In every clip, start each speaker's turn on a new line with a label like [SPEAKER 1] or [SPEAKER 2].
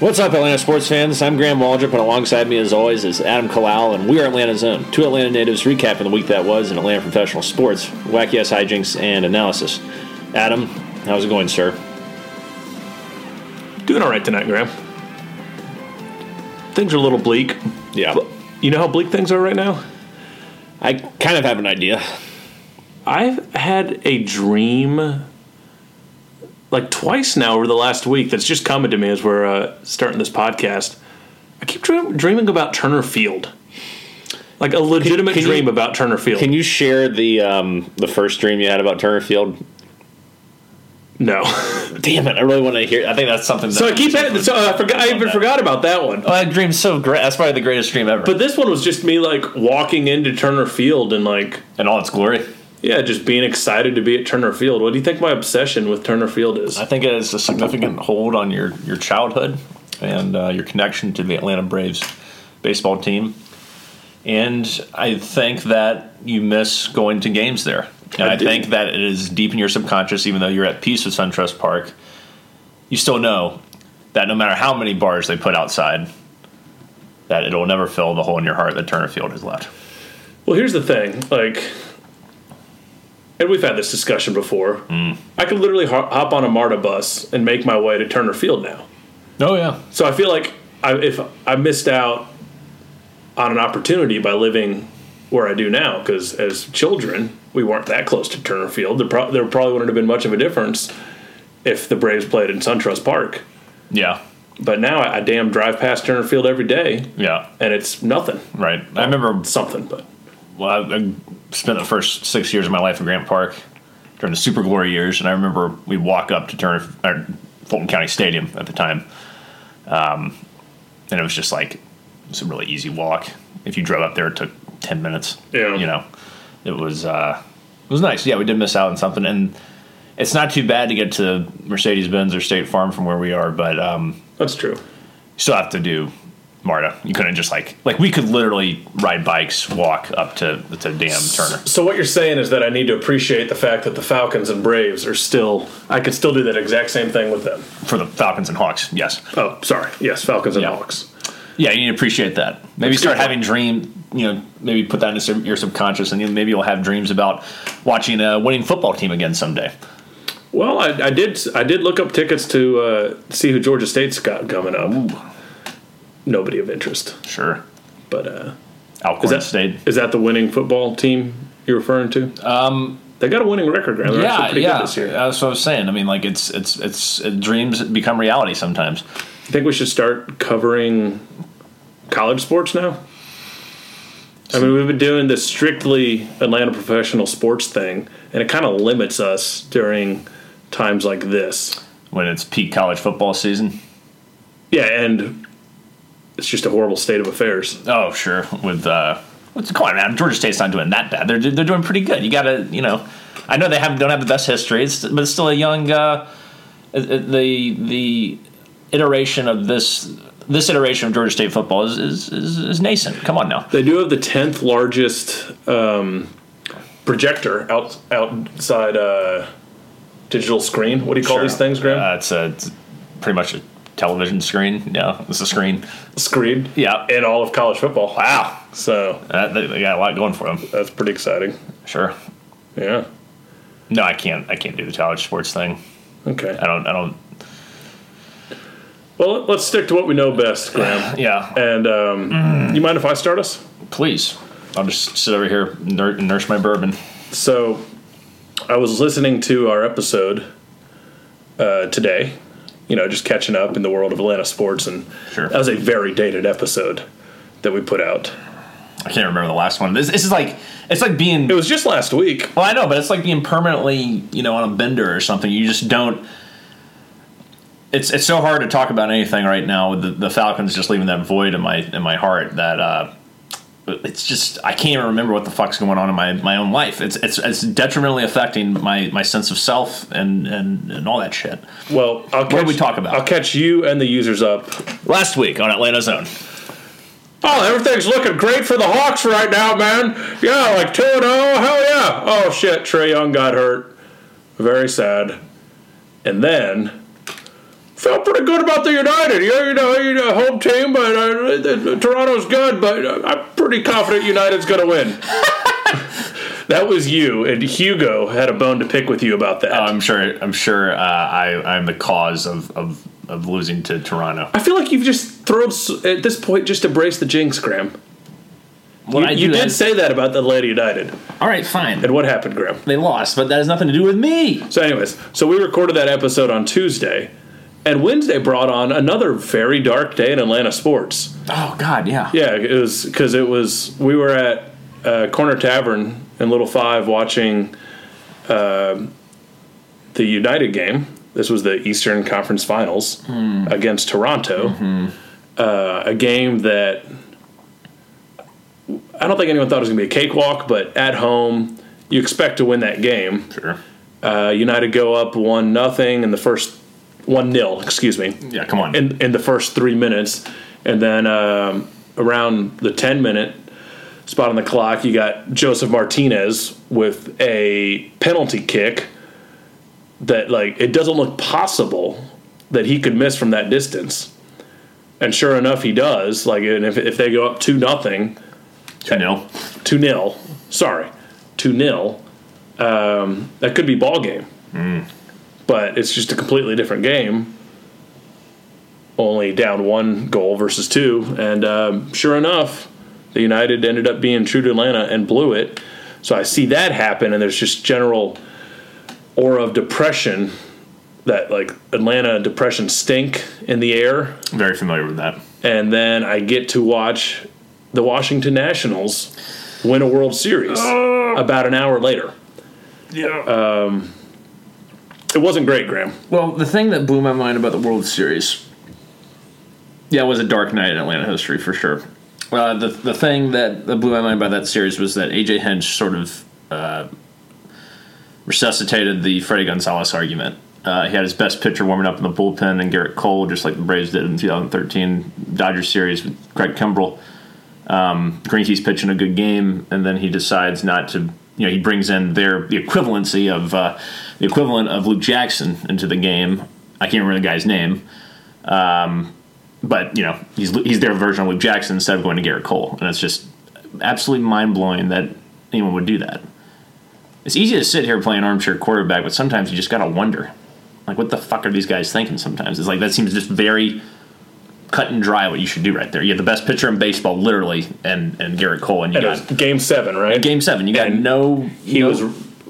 [SPEAKER 1] What's up, Atlanta sports fans? I'm Graham Waldrop, and alongside me, as always, is Adam Kalal, and we are Atlanta Zone, two Atlanta natives recapping the week that was in Atlanta professional sports, wacky ass hijinks, and analysis. Adam, how's it going, sir?
[SPEAKER 2] Doing all right tonight, Graham. Things are a little bleak.
[SPEAKER 1] Yeah.
[SPEAKER 2] You know how bleak things are right now?
[SPEAKER 1] I kind of have an idea.
[SPEAKER 2] I've had a dream like twice now over the last week that's just coming to me as we're uh, starting this podcast. I keep dream- dreaming about Turner Field. Like a legitimate
[SPEAKER 1] can you-
[SPEAKER 2] dream about Turner Field.
[SPEAKER 1] Can you share the um, the first dream you had about Turner Field?
[SPEAKER 2] no.
[SPEAKER 1] Damn it! I really want to hear. I think that's something. That
[SPEAKER 2] so I keep having, so uh, I forgot I even forgot about that one.
[SPEAKER 1] Oh, that dream's so great. That's probably the greatest dream ever.
[SPEAKER 2] But this one was just me like walking into Turner Field and like
[SPEAKER 1] in all its glory.
[SPEAKER 2] yeah, just being excited to be at Turner Field. What do you think my obsession with Turner Field is?
[SPEAKER 3] I think it has a significant hold on your, your childhood and uh, your connection to the Atlanta Braves baseball team. And I think that you miss going to games there. And
[SPEAKER 2] I
[SPEAKER 3] I,
[SPEAKER 2] do.
[SPEAKER 3] think that it is deep in your subconscious, even though you're at peace with SunTrust Park, you still know that no matter how many bars they put outside, that it'll never fill the hole in your heart that Turner Field has left.
[SPEAKER 2] Well, here's the thing, like, and we've had this discussion before. I could literally ho- hop on a MARTA bus and make my way to Turner Field now.
[SPEAKER 3] Oh, yeah.
[SPEAKER 2] So I feel like I, if I missed out on an opportunity by living where I do now, because as children we weren't that close to Turner Field. There, pro- there probably wouldn't have been much of a difference if the Braves played in SunTrust Park.
[SPEAKER 3] Yeah.
[SPEAKER 2] But now I, I damn drive past Turner Field every day,
[SPEAKER 3] Yeah.
[SPEAKER 2] and it's nothing,
[SPEAKER 3] Right. I remember
[SPEAKER 2] something. But
[SPEAKER 3] Well, I, I spent the first six years of my life in Grant Park during the Super Glory years, and I remember we'd walk up to Turner or Fulton County Stadium at the time, um, and it was just like it was a really easy walk. If you drove up there, it took ten minutes.
[SPEAKER 2] Yeah.
[SPEAKER 3] you know, it was uh, it was nice. Yeah, we did miss out on something, and it's not too bad to get to Mercedes Benz or State Farm from where we are, but um,
[SPEAKER 2] that's true.
[SPEAKER 3] still have to do MARTA. You couldn't just like like we could literally ride bikes, walk up to to damn Turner.
[SPEAKER 2] So what you're saying is that I need to appreciate the fact that the Falcons and Braves are still. I could still do that exact same thing with them.
[SPEAKER 3] for the Falcons and Hawks. Yes,
[SPEAKER 2] Oh, sorry. Yes, Falcons and
[SPEAKER 3] Yeah.
[SPEAKER 2] Hawks.
[SPEAKER 3] yeah, you need to appreciate that. Maybe
[SPEAKER 2] That's a
[SPEAKER 3] start
[SPEAKER 2] good
[SPEAKER 3] having dream. You know, maybe put that into your subconscious, and you, maybe you'll have dreams about watching a winning football team again someday.
[SPEAKER 2] Well, I, I did. I did look up tickets to uh, see who Georgia State's got coming up. Nobody of interest.
[SPEAKER 3] Sure,
[SPEAKER 2] But uh, is
[SPEAKER 3] Alcorn
[SPEAKER 2] that
[SPEAKER 3] State.
[SPEAKER 2] is that the winning football team you're referring to? Um, they got a winning record. Graham. They're actually
[SPEAKER 3] Yeah,
[SPEAKER 2] pretty
[SPEAKER 3] yeah.
[SPEAKER 2] good this year.
[SPEAKER 3] That's what I was saying. I mean, like it's it's it's uh, dreams become reality sometimes.
[SPEAKER 2] I think we should start covering college sports now. I mean, we've been doing this strictly Atlanta professional sports thing, and it kind of limits us during times like this.
[SPEAKER 3] When it's peak college football season.
[SPEAKER 2] Yeah, and it's just a horrible state of affairs.
[SPEAKER 3] Oh, sure. With uh, what's come on, man? Georgia State's not doing that bad. They're they're doing pretty good. You gotta, you know, I know they have don't have the best history, it's, but it's still a young uh, the the iteration of this this iteration of Georgia State football is is, is, is nascent. Come on now.
[SPEAKER 2] They do have the tenth largest um, projector out outside uh, digital screen. What do you call
[SPEAKER 3] Sure.
[SPEAKER 2] these things, Graham?
[SPEAKER 3] Uh, it's a it's pretty much a television screen. Yeah, it's a screen.
[SPEAKER 2] screen.
[SPEAKER 3] Yeah.
[SPEAKER 2] in all of college football.
[SPEAKER 3] Wow,
[SPEAKER 2] So
[SPEAKER 3] Uh, they, they got a lot going for them.
[SPEAKER 2] that's pretty exciting.
[SPEAKER 3] Sure.
[SPEAKER 2] Yeah.
[SPEAKER 3] No, I can't. I can't do the college sports thing.
[SPEAKER 2] Okay.
[SPEAKER 3] I don't. I don't.
[SPEAKER 2] Well, let's stick to what we know best, Graham.
[SPEAKER 3] Yeah.
[SPEAKER 2] And um,
[SPEAKER 3] Mm.
[SPEAKER 2] you mind if I start us?
[SPEAKER 3] Please, I'll just sit over here and nur- and nurse my bourbon.
[SPEAKER 2] So, I was listening to our episode uh, today. You know, just catching up in the world of Atlanta sports, and
[SPEAKER 3] Sure.
[SPEAKER 2] that was a very dated episode that we put out.
[SPEAKER 3] I can't remember the last one. This, this is like it's like being.
[SPEAKER 2] It was just last week.
[SPEAKER 3] well, I know, but it's like being permanently, you know, on a bender or something. You just don't. It's it's so hard to talk about anything right now with the, the Falcons just leaving that void in my in my heart that uh, it's just I can't even remember what the fuck's going on in my, my own life. It's it's it's detrimentally affecting my, my sense of self and, and and all that shit.
[SPEAKER 2] Well, I'll catch,
[SPEAKER 3] did we talk about?
[SPEAKER 2] I'll catch you and the users up.
[SPEAKER 3] Last week on Atlanta Zone.
[SPEAKER 2] Oh, everything's looking great for the Hawks right now, man. Yeah, like 2 0. Hell yeah. Oh, shit. Trey Young got hurt. Very sad. And then, 50 felt pretty good about the United. Yeah, you know, you know, home team, but uh, the, the, Toronto's good, but uh, I'm pretty confident United's going to win. that was you, and Hugo had a bone to pick with you about that.
[SPEAKER 3] Oh, I'm sure. I'm sure. Uh, I I'm the cause of, of of losing to Toronto.
[SPEAKER 2] I feel like you've just thrown s- at this point just embrace the jinx, Graham.
[SPEAKER 3] When I
[SPEAKER 2] you
[SPEAKER 3] do
[SPEAKER 2] did
[SPEAKER 3] that-
[SPEAKER 2] say that about the Atlanta United,
[SPEAKER 3] All right, fine.
[SPEAKER 2] and what happened, Graham?
[SPEAKER 3] They lost, but that has nothing to do with me.
[SPEAKER 2] So, anyways, so we recorded that episode on Tuesday, and Wednesday brought on another very dark day in Atlanta sports.
[SPEAKER 3] Oh God, yeah.
[SPEAKER 2] Yeah, it was because it was we were at uh, Corner Tavern in Little Five watching uh, the United game. This was the Eastern Conference Finals against Toronto, uh, a game that I don't think anyone thought it was going to be a cakewalk, but at home you expect to win that game.
[SPEAKER 3] Sure.
[SPEAKER 2] Uh, United go up one nothing in the first one 0 excuse me
[SPEAKER 3] Yeah, come on.
[SPEAKER 2] in in the first three minutes, and then um, around the ten minute spot on the clock, you got Joseph Martinez with a penalty kick that like it doesn't look possible that he could miss from that distance, and sure enough, he does. Like, and if if they go up two nothing,
[SPEAKER 3] Two nil.
[SPEAKER 2] two 0 Sorry, two 0 Um, that could be ball game, but it's just a completely different game. Only down one goal versus two, and um, sure enough, the United ended up being true to Atlanta and blew it. So I see that happen, and there's just general aura of depression that like Atlanta depression stink in the air.
[SPEAKER 3] I'm very familiar with that.
[SPEAKER 2] And then I get to watch the Washington Nationals win a World Series about an hour later.
[SPEAKER 3] Ah.
[SPEAKER 2] Um,
[SPEAKER 3] Yeah.
[SPEAKER 2] It wasn't great, Graham.
[SPEAKER 3] Well, the thing that blew my mind about the World Series, yeah, it was a dark night in Atlanta history for sure. Uh, the the thing that, that blew my mind about that series was that AJ Hinch sort of uh, resuscitated the Freddie Gonzalez argument. Uh, he had his best pitcher warming up in the bullpen, and Garrett Cole, just like the Braves did in 2013 Dodgers series with Craig Kimbrell. Um, Greinke's pitching a good game, and then he decides not to. You know, he brings in their the equivalency of uh, the equivalent of Luke Jackson into the game. I can't remember the guy's name, um, but you know, he's he's their version of Luke Jackson instead of going to Garrett Cole, and it's just absolutely mind blowing that anyone would do that. It's easy to sit here playing armchair quarterback, but sometimes you just gotta wonder, like, what the fuck are these guys thinking? Sometimes it's like that seems just very cut and dry what you should do right there. You have the best pitcher in baseball, literally, and and Garrett Cole, and you
[SPEAKER 2] And it was
[SPEAKER 3] got
[SPEAKER 2] game seven, right?
[SPEAKER 3] game seven. You got
[SPEAKER 2] And
[SPEAKER 3] no.
[SPEAKER 2] he
[SPEAKER 3] no-
[SPEAKER 2] was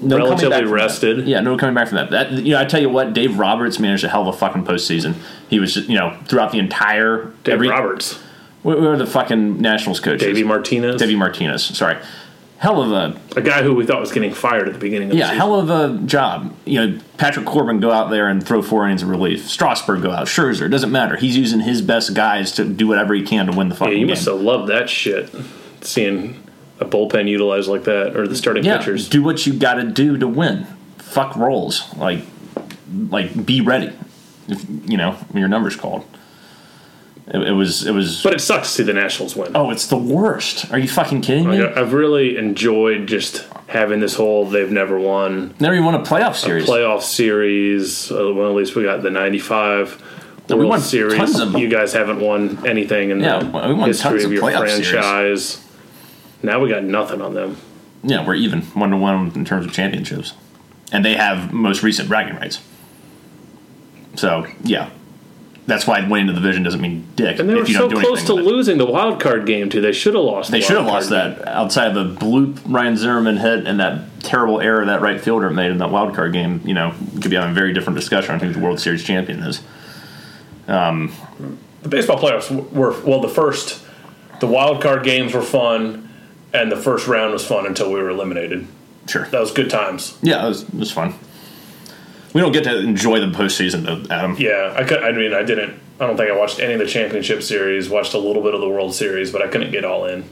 [SPEAKER 3] no coming back
[SPEAKER 2] relatively
[SPEAKER 3] from that.
[SPEAKER 2] rested.
[SPEAKER 3] Yeah, no coming back from that. That you know, I tell you what, Dave Roberts managed a hell of a fucking postseason. He was just you know throughout the entire
[SPEAKER 2] Dave
[SPEAKER 3] every
[SPEAKER 2] Roberts,
[SPEAKER 3] where, where are the fucking Nationals coaches?
[SPEAKER 2] Davey Martinez,
[SPEAKER 3] Davey Martinez. Sorry, hell of a
[SPEAKER 2] a guy who we thought was getting fired at the beginning of the
[SPEAKER 3] yeah,
[SPEAKER 2] season.
[SPEAKER 3] hell of a job. You know, Patrick Corbin go out there and throw four innings of relief. Strasburg go out. Scherzer it doesn't matter. He's using his best guys to do whatever he can to win the fucking
[SPEAKER 2] yeah, you
[SPEAKER 3] game.
[SPEAKER 2] must have loved that shit, seeing a bullpen utilized like that or the starting
[SPEAKER 3] yeah,
[SPEAKER 2] pitchers.
[SPEAKER 3] do what you got to do to win. Fuck rolls. Like, like be ready. If you know when your number's called. It, it was. It was.
[SPEAKER 2] But it sucks to see the Nationals win.
[SPEAKER 3] oh, it's the worst. Are you fucking kidding me?
[SPEAKER 2] Like, I- I've really enjoyed just having this whole they've never won
[SPEAKER 3] Never even won a playoff series.
[SPEAKER 2] playoff series. Uh, well, at least we got the '95
[SPEAKER 3] we
[SPEAKER 2] World
[SPEAKER 3] won
[SPEAKER 2] Series.
[SPEAKER 3] tons of them.
[SPEAKER 2] You guys haven't won anything in
[SPEAKER 3] Yeah,
[SPEAKER 2] the
[SPEAKER 3] we won tons
[SPEAKER 2] history
[SPEAKER 3] of
[SPEAKER 2] of your
[SPEAKER 3] playoff series.
[SPEAKER 2] franchise. Now we got nothing on them.
[SPEAKER 3] yeah, we're even one to one in terms of championships, and they have most recent bragging rights. So yeah, that's why winning the division doesn't mean dick
[SPEAKER 2] And they were
[SPEAKER 3] if you
[SPEAKER 2] so
[SPEAKER 3] don't do anything.
[SPEAKER 2] close to
[SPEAKER 3] with it.
[SPEAKER 2] losing the wild card game too. They should have lost. the
[SPEAKER 3] They should have
[SPEAKER 2] wild
[SPEAKER 3] lost
[SPEAKER 2] card
[SPEAKER 3] that outside of the bloop Ryan Zimmerman hit and that terrible error that right fielder made in that wild card game. You know, we could be having a very different discussion on who the World Series champion is.
[SPEAKER 2] game. The baseball playoffs w- were well. The first, the wild card games were fun, and the first round was fun until we were eliminated.
[SPEAKER 3] Sure.
[SPEAKER 2] That was good times.
[SPEAKER 3] Yeah, it was, it was fun. We don't get to enjoy the postseason, though, Adam.
[SPEAKER 2] Yeah, I could. I mean, I didn't. I don't think I watched any of the championship series. Watched a little bit of the World Series, but I couldn't get all in.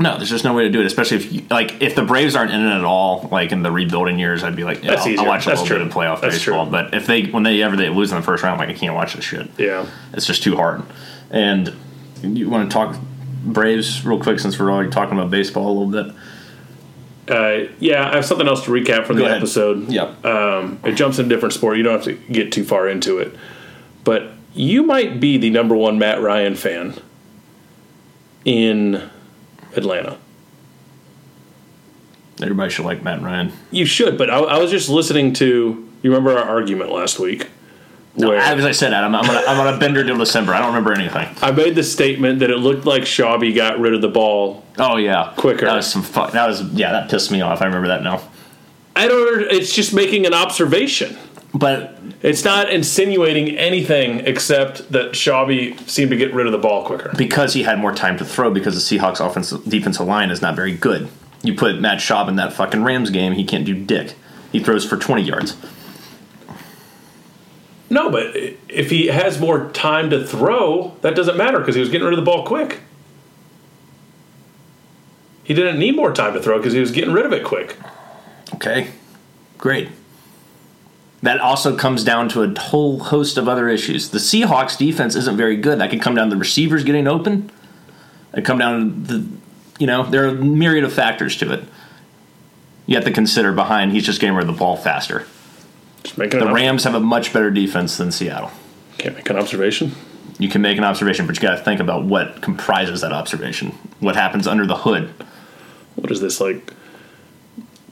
[SPEAKER 3] No, there's just no way to do it, especially if you, like if the Braves aren't in it at all, like in the rebuilding years, I'd be like, yeah,
[SPEAKER 2] That's
[SPEAKER 3] I'll, I'll
[SPEAKER 2] easier.
[SPEAKER 3] watch a
[SPEAKER 2] That's
[SPEAKER 3] little
[SPEAKER 2] true.
[SPEAKER 3] bit of playoff
[SPEAKER 2] That's
[SPEAKER 3] baseball.
[SPEAKER 2] true.
[SPEAKER 3] But if they when they ever they lose in the first round, like I can't watch this shit.
[SPEAKER 2] Yeah.
[SPEAKER 3] It's just too hard. And you want to talk Braves real quick since we're already talking about baseball a little bit.
[SPEAKER 2] Uh, yeah, I have something else to recap from
[SPEAKER 3] Go
[SPEAKER 2] the
[SPEAKER 3] ahead.
[SPEAKER 2] episode.
[SPEAKER 3] Yeah.
[SPEAKER 2] It jumps in a different sport. You don't have to get too far into it. But you might be the number one Matt Ryan fan in Atlanta.
[SPEAKER 3] Everybody should like Matt Ryan.
[SPEAKER 2] You should, but I, I was just listening to. You remember our argument last week?
[SPEAKER 3] No,
[SPEAKER 2] where-
[SPEAKER 3] as I said, Adam, I'm on a, I'm on a bender till December. I don't remember anything.
[SPEAKER 2] I made the statement that it looked like Shawby got rid of the ball.
[SPEAKER 3] Oh yeah,
[SPEAKER 2] Quicker.
[SPEAKER 3] That was some fuck. That was yeah. That pissed me off. I remember that now.
[SPEAKER 2] I don't. under- It's just making an observation.
[SPEAKER 3] But
[SPEAKER 2] It's not insinuating anything except that Shawby seemed to get rid of the ball quicker.
[SPEAKER 3] because he had more time to throw, because the Seahawks' offense defensive line is not very good. You put Matt Schaub in that fucking Rams game, he can't do dick. He throws for 20 yards.
[SPEAKER 2] No, but i- if he has more time to throw, that doesn't matter because he was getting rid of the ball quick. He didn't need more time to throw because he was getting rid of it quick.
[SPEAKER 3] Okay, great. That also comes down to a whole host of other issues. The Seahawks defense isn't very good. That could come down to the receivers getting open. It come down to the, you know, there are a myriad of factors to it. You have to consider behind. He's just getting rid of the ball faster.
[SPEAKER 2] Just making
[SPEAKER 3] The
[SPEAKER 2] an, ob-
[SPEAKER 3] Rams have a much better defense than Seattle.
[SPEAKER 2] can't make an observation.
[SPEAKER 3] You can make an observation, but you got to think about what comprises that observation. What happens under the hood?
[SPEAKER 2] What is this like?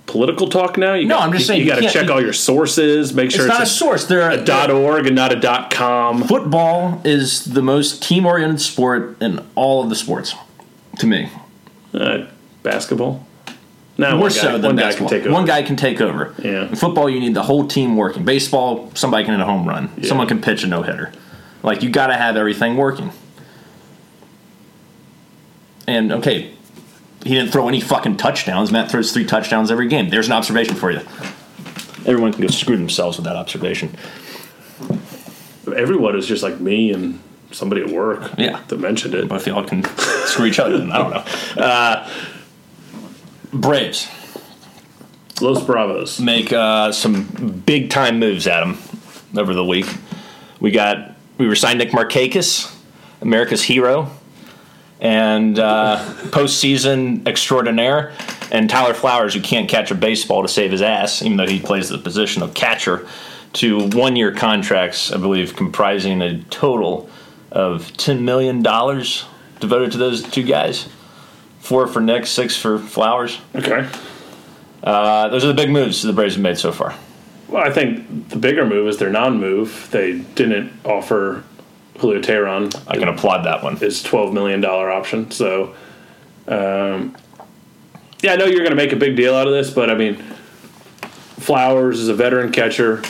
[SPEAKER 2] Political talk now? You
[SPEAKER 3] No,
[SPEAKER 2] got-
[SPEAKER 3] I'm just
[SPEAKER 2] you-
[SPEAKER 3] saying
[SPEAKER 2] you
[SPEAKER 3] you
[SPEAKER 2] got to
[SPEAKER 3] can't-
[SPEAKER 2] check
[SPEAKER 3] you-
[SPEAKER 2] all your sources. Make sure
[SPEAKER 3] It's
[SPEAKER 2] it's,
[SPEAKER 3] not a source. There
[SPEAKER 2] a,
[SPEAKER 3] are
[SPEAKER 2] dot org and not a dot com.
[SPEAKER 3] football is the most team oriented sport in all of the sports to me.
[SPEAKER 2] Uh, basketball. Now
[SPEAKER 3] More
[SPEAKER 2] one guy,
[SPEAKER 3] so than
[SPEAKER 2] one guy
[SPEAKER 3] basketball.
[SPEAKER 2] can take over.
[SPEAKER 3] One guy can take over.
[SPEAKER 2] Yeah.
[SPEAKER 3] In football, you need the whole team working. Baseball, somebody can hit a home run. Someone can pitch a no hitter. Like you got to have everything working. And okay, he didn't throw any fucking touchdowns. Matt throws three touchdowns every game. There's an observation for you. Everyone can go screw themselves with that observation.
[SPEAKER 2] Everyone is just like me and somebody at work.
[SPEAKER 3] Yeah.
[SPEAKER 2] that mentioned it.
[SPEAKER 3] Both y'all can screw each other. Then. I don't know. Uh, Braves.
[SPEAKER 2] Los Bravos.
[SPEAKER 3] make uh, some big time moves, Adam, over the week. We got we resigned Nick Markakis, America's hero, and uh, postseason extraordinaire, and Tyler Flowers, who can't catch a baseball to save his ass, even though he plays the position of catcher, to one year contracts, I believe, comprising a total of ten million dollars devoted to those two guys. Four for Nick, six for Flowers.
[SPEAKER 2] Okay.
[SPEAKER 3] Uh, those are the big moves the Braves have made so far.
[SPEAKER 2] Well, I think the bigger move is their non-move. They didn't offer Julio Teheran
[SPEAKER 3] I can applaud that one.
[SPEAKER 2] his twelve million dollar option. So, um, yeah, I know you're going to make a big deal out of this, but I mean, Flowers is a veteran catcher.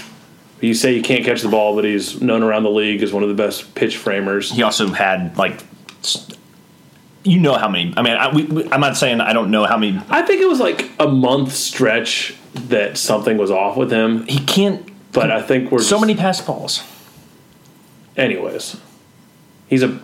[SPEAKER 2] You say you can't catch the ball, but he's known around the league as one of the best pitch framers.
[SPEAKER 3] He also had like, s- you know how many? I mean, I, we, we- I'm not saying I don't know how many.
[SPEAKER 2] I think it was like a month stretch that something was off with him,
[SPEAKER 3] He can't.
[SPEAKER 2] but I think we're
[SPEAKER 3] So
[SPEAKER 2] just-
[SPEAKER 3] many pass balls.
[SPEAKER 2] Anyways, he's a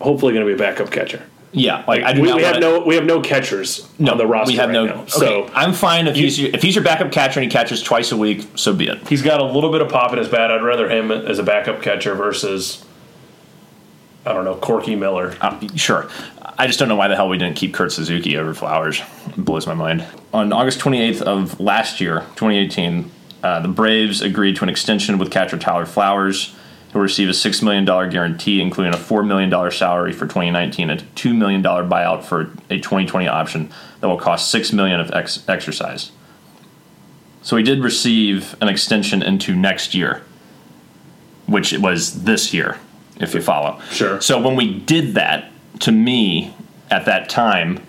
[SPEAKER 2] hopefully going to be a backup catcher.
[SPEAKER 3] Yeah, like I do
[SPEAKER 2] we,
[SPEAKER 3] not
[SPEAKER 2] we have
[SPEAKER 3] wanna-
[SPEAKER 2] no we have no catchers on the roster.
[SPEAKER 3] We have
[SPEAKER 2] right
[SPEAKER 3] no.
[SPEAKER 2] now. So
[SPEAKER 3] okay, I'm fine if he's your, if he's your backup catcher and he catches twice a week. So be it.
[SPEAKER 2] he's got a little bit of pop in his bat. I'd rather him as a backup catcher versus I don't know Corky Miller.
[SPEAKER 3] Uh, sure. I just don't know why the hell we didn't keep Kurt Suzuki over Flowers. It blows my mind. On August 28th of last year, 2018, uh, the Braves agreed to an extension with catcher Tyler Flowers, who will receive a $6 million guarantee, including a $4 million salary for 2019 and a $2 million buyout for a 2020 option that will cost $6 million if ex- exercised. So he did receive an extension into next year, which it was this year, if you follow.
[SPEAKER 2] Sure.
[SPEAKER 3] So when we did that, to me, at that time,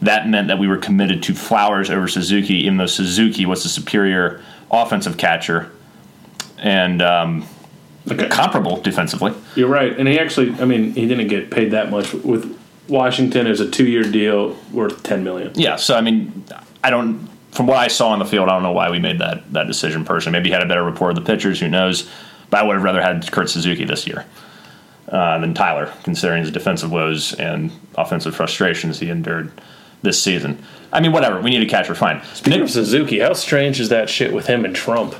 [SPEAKER 3] that meant that we were committed to Flowers over Suzuki, even though Suzuki was the superior offensive catcher and um,
[SPEAKER 2] Okay.
[SPEAKER 3] comparable defensively.
[SPEAKER 2] You're right, and he actually I mean he didn't get paid that much with Washington. It was a two year deal worth ten million.
[SPEAKER 3] Yeah. So I mean, I don't. From what I saw on the field, I don't know why we made that that decision. Personally, maybe he had a better rapport with the pitchers. Who knows? But I would have rather had Kurt Suzuki this year uh, than Tyler, considering his defensive woes and offensive frustrations he endured this season. I mean, whatever. We need a catcher. Fine. Nick-
[SPEAKER 2] Suzuki, how strange is that shit with him and Trump?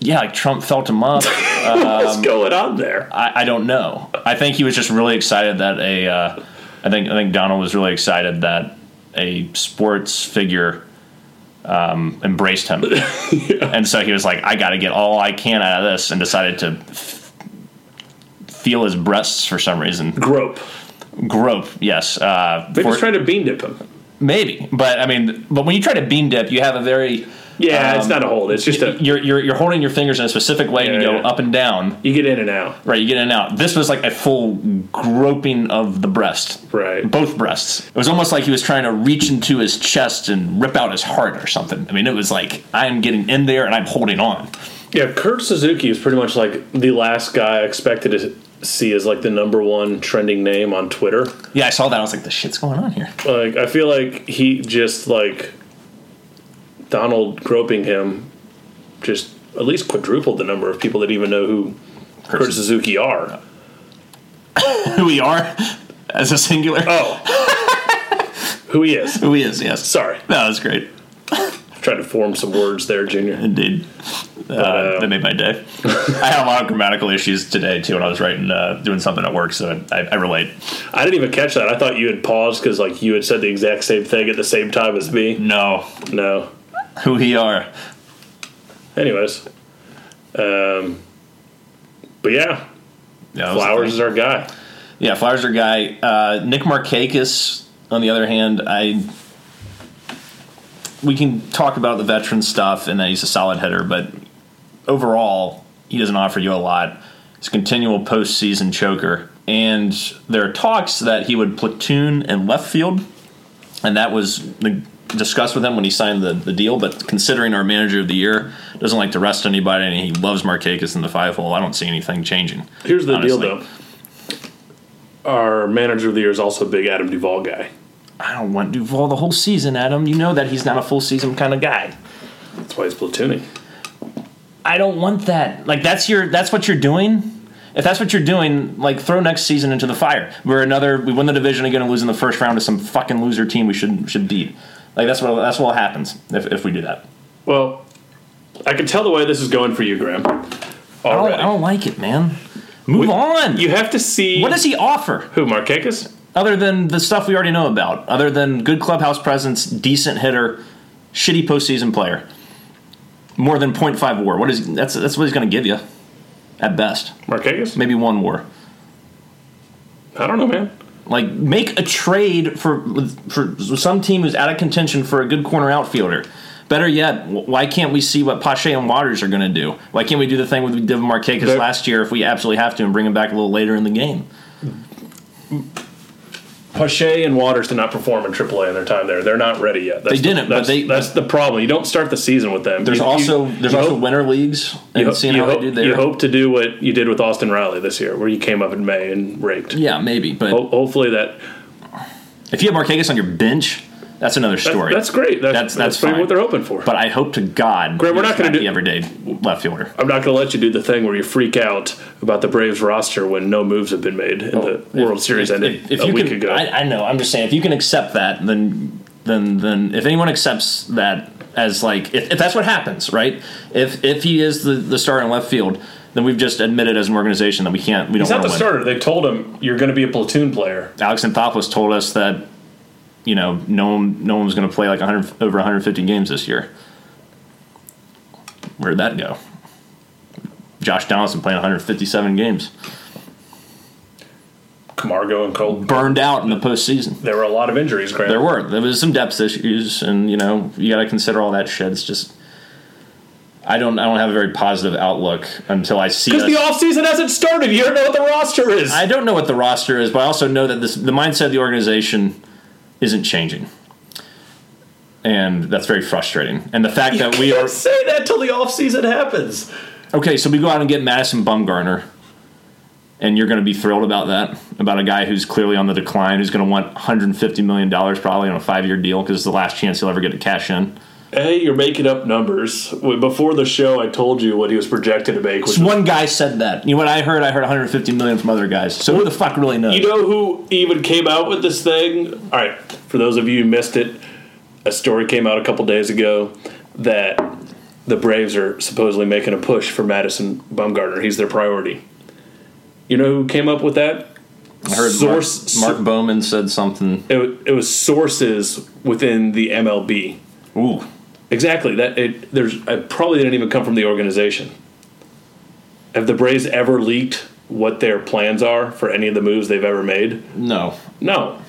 [SPEAKER 3] yeah, like Trump felt him up.
[SPEAKER 2] What's going on there?
[SPEAKER 3] I, I don't know. I think he was just really excited that a. Uh, I think I think Donald was really excited that a sports figure um, embraced him, and so he was like, "I got to get all I can out of this," and decided to f- feel his breasts for some reason.
[SPEAKER 2] Grope.
[SPEAKER 3] Grope, yes. Uh,
[SPEAKER 2] Maybe
[SPEAKER 3] for-
[SPEAKER 2] he's trying to bean dip him.
[SPEAKER 3] maybe, but I mean, but when you try to bean dip, you have a very
[SPEAKER 2] Yeah, it's
[SPEAKER 3] Um,
[SPEAKER 2] not a hold. It's just a
[SPEAKER 3] you're you're, you're holding your fingers in a specific way and you
[SPEAKER 2] Yeah,
[SPEAKER 3] go
[SPEAKER 2] yeah.
[SPEAKER 3] up and down.
[SPEAKER 2] you get in and out.
[SPEAKER 3] Right, you get in and out. This was like a full groping of the breast.
[SPEAKER 2] Right.
[SPEAKER 3] Both breasts. It was almost like he was trying to reach into his chest and rip out his heart or something. I mean, it was like I am getting in there and I'm holding on.
[SPEAKER 2] Yeah, Kurt Suzuki is pretty much like the last guy I expected to see as like the number one trending name on Twitter.
[SPEAKER 3] Yeah, I saw that. I was like, the shit's going on here.
[SPEAKER 2] Like I feel like he just like Donald groping him just at least quadrupled the number of people that even know who Kurt,
[SPEAKER 3] Kurt
[SPEAKER 2] Suzuki are.
[SPEAKER 3] Who we are as a singular.
[SPEAKER 2] Oh. who he is.
[SPEAKER 3] Who he is, yes.
[SPEAKER 2] Sorry.
[SPEAKER 3] That was great.
[SPEAKER 2] Tried to form some words there, Junior.
[SPEAKER 3] Indeed. Uh,
[SPEAKER 2] uh,
[SPEAKER 3] that made my day. I had a lot of grammatical issues today, too, when I was writing, uh, doing something at work, so I, I relate.
[SPEAKER 2] I didn't even catch that. I thought you had paused because like you had said the exact same thing at the same time as me.
[SPEAKER 3] No.
[SPEAKER 2] No.
[SPEAKER 3] Who he are.
[SPEAKER 2] Anyways, um, but
[SPEAKER 3] Yeah, that
[SPEAKER 2] yeah,
[SPEAKER 3] was the
[SPEAKER 2] Flowers is our guy.
[SPEAKER 3] Yeah, Flowers are guy. Uh, Nick Markakis, on the other hand, I we can talk about the veteran stuff and that he's a solid hitter, but overall, he doesn't offer you a lot. He's a continual postseason choker, and there are talks that he would platoon in left field, and that was the- discussed with him when he signed the, the deal. But considering our manager of the year doesn't like to rest anybody, and he loves Markakis in the five hole, I don't see anything changing.
[SPEAKER 2] Here's the
[SPEAKER 3] honestly.
[SPEAKER 2] deal, though. Our manager of the year is also a big Adam Duvall guy.
[SPEAKER 3] I don't want Duvall the whole season, Adam. You know that he's not a full season kind of guy.
[SPEAKER 2] That's why he's platooning.
[SPEAKER 3] I don't want that. Like that's your that's what you're doing. If that's what you're doing, like throw next season into the fire. We're another we win the division again and lose in the first round to some fucking loser team we should should beat. Like that's what that's what happens if, if we do that.
[SPEAKER 2] Well, I can tell the way this is going for you, Graham.
[SPEAKER 3] I don't,
[SPEAKER 2] Already,
[SPEAKER 3] I don't like it, man. Move on.
[SPEAKER 2] you have to see
[SPEAKER 3] what does he offer
[SPEAKER 2] who Marquez.
[SPEAKER 3] other than the stuff we already know about? Other than good clubhouse presence, decent hitter, shitty postseason player, more than 0.5 WAR. What is that's that's what he's going to give you at best.
[SPEAKER 2] Marquez.
[SPEAKER 3] Maybe one WAR.
[SPEAKER 2] I don't know, man.
[SPEAKER 3] Like make a trade for for some team who's out of contention for a good corner outfielder. Better yet, wh- why can't we see what Pache and Waters are going to do? Why can't we do the thing with Devin Marquez
[SPEAKER 2] They're-
[SPEAKER 3] last year if we absolutely have to and bring him back a little later in the game?
[SPEAKER 2] Pache and Waters did not perform in AAA in their time there. They're not ready yet. That's
[SPEAKER 3] They didn't,
[SPEAKER 2] The,
[SPEAKER 3] but
[SPEAKER 2] that's,
[SPEAKER 3] they-
[SPEAKER 2] that's the problem. You don't start the season with them.
[SPEAKER 3] There's
[SPEAKER 2] You- you-
[SPEAKER 3] also there's
[SPEAKER 2] you
[SPEAKER 3] also
[SPEAKER 2] hope-
[SPEAKER 3] winter leagues and
[SPEAKER 2] You, ho-
[SPEAKER 3] seeing
[SPEAKER 2] you
[SPEAKER 3] how
[SPEAKER 2] hope,
[SPEAKER 3] they do there.
[SPEAKER 2] you hope to do what you did with Austin Riley this year, where you came up in May and raked.
[SPEAKER 3] Yeah, maybe, but
[SPEAKER 2] Ho- hopefully that
[SPEAKER 3] if you have Marquegas on your bench, that's another
[SPEAKER 2] that-
[SPEAKER 3] story.
[SPEAKER 2] that's great. That's
[SPEAKER 3] That's-
[SPEAKER 2] that's,
[SPEAKER 3] that's
[SPEAKER 2] pretty
[SPEAKER 3] fine.
[SPEAKER 2] what they're hoping for.
[SPEAKER 3] but I hope to God
[SPEAKER 2] Grant, we're
[SPEAKER 3] he's
[SPEAKER 2] not gonna
[SPEAKER 3] the
[SPEAKER 2] do-
[SPEAKER 3] everyday left fielder.
[SPEAKER 2] I'm not going to let you do the thing where you freak out about the Braves roster when no moves have been made and the World Series ended
[SPEAKER 3] Oh, If, if
[SPEAKER 2] a
[SPEAKER 3] you
[SPEAKER 2] week
[SPEAKER 3] can,
[SPEAKER 2] ago.
[SPEAKER 3] I, I know. I'm just saying, if you can accept that, then then then if anyone accepts that as like if, if that's what happens, right? If if he is the the star in left field, then we've just admitted as an organization that we can't. We
[SPEAKER 2] He's
[SPEAKER 3] don't
[SPEAKER 2] not
[SPEAKER 3] want
[SPEAKER 2] the
[SPEAKER 3] to win.
[SPEAKER 2] starter. They told him you're going to be a platoon player.
[SPEAKER 3] Alex Anthopoulos told us that you know no one no one was going to play like 100 over 150 games this year. Where'd that go? Josh Donaldson playing 157 games,
[SPEAKER 2] Camargo and Cole.
[SPEAKER 3] burned out in the postseason.
[SPEAKER 2] There were a lot of injuries, Grant.
[SPEAKER 3] There were. There was some depth issues, and you know you got to consider all that shit. It's just I don't I don't have a very positive outlook until I see.
[SPEAKER 2] Because
[SPEAKER 3] us-
[SPEAKER 2] the offseason hasn't started. You don't know what the roster is.
[SPEAKER 3] I don't know what the roster is, but I also know that this the mindset of the organization isn't changing, and that's very frustrating. And the fact that we are
[SPEAKER 2] say that till the offseason happens.
[SPEAKER 3] okay, so we go out and get Madison Bumgarner. And you're going to be thrilled about that, about a guy who's clearly on the decline, who's going to want 150 million dollars probably on a five-year deal because it's the last chance he'll ever get to cash in.
[SPEAKER 2] Hey, you're making up numbers. Wait, Before the show, I told you what he was projected to make. Which
[SPEAKER 3] Just one guy said that. You know what I heard? I heard 150 million from other guys. So who the fuck really knows?
[SPEAKER 2] you know who even came out with this thing? All right, for those of you who missed it, a story came out a couple days ago that the Braves are supposedly making a push for Madison Bumgarner. He's their priority. You know who came up with that?
[SPEAKER 3] I heard
[SPEAKER 2] Source-
[SPEAKER 3] Mark, Mark Bowman said something.
[SPEAKER 2] It, wa- it was sources within the MLB.
[SPEAKER 3] Ooh,
[SPEAKER 2] Exactly. That it uh, there's it probably didn't even come from the organization. Have the Braves ever leaked what their plans are for any of the moves they've ever made?
[SPEAKER 3] No,
[SPEAKER 2] No,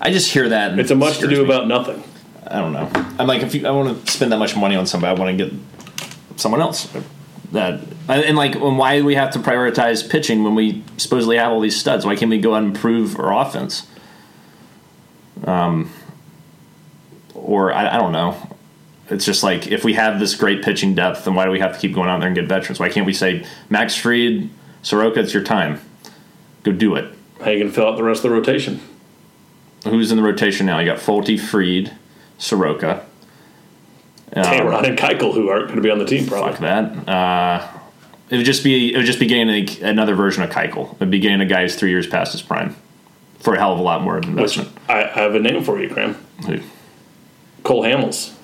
[SPEAKER 3] I just hear that. And
[SPEAKER 2] it's a much to
[SPEAKER 3] scares
[SPEAKER 2] do
[SPEAKER 3] me.
[SPEAKER 2] about nothing.
[SPEAKER 3] I don't know. I'm like, if you, I want to spend that much money on somebody, I want to get someone else. That and and, like, and why do we have to prioritize pitching when we supposedly have all these studs? Why can't we go out and improve our offense? Um, or I, I don't know. It's just like if we have this great pitching depth, then why do we have to keep going out there and get veterans? Why can't we say Max Fried, Soroka, it's your time, go do it?
[SPEAKER 2] How you can fill out the rest of the rotation?
[SPEAKER 3] Who's in the rotation now? You got Fulte, Fried, Soroka. Um,
[SPEAKER 2] Tamron and Keuchel, who aren't going to be on the team, probably.
[SPEAKER 3] Fuck that. Uh, it would just be it would just be getting like another version of Keuchel. It would be getting a guy who's three years past his prime for a hell of a lot more
[SPEAKER 2] Which
[SPEAKER 3] investment.
[SPEAKER 2] I, I have a name for you, Graham.
[SPEAKER 3] Who-
[SPEAKER 2] Cole Hamels.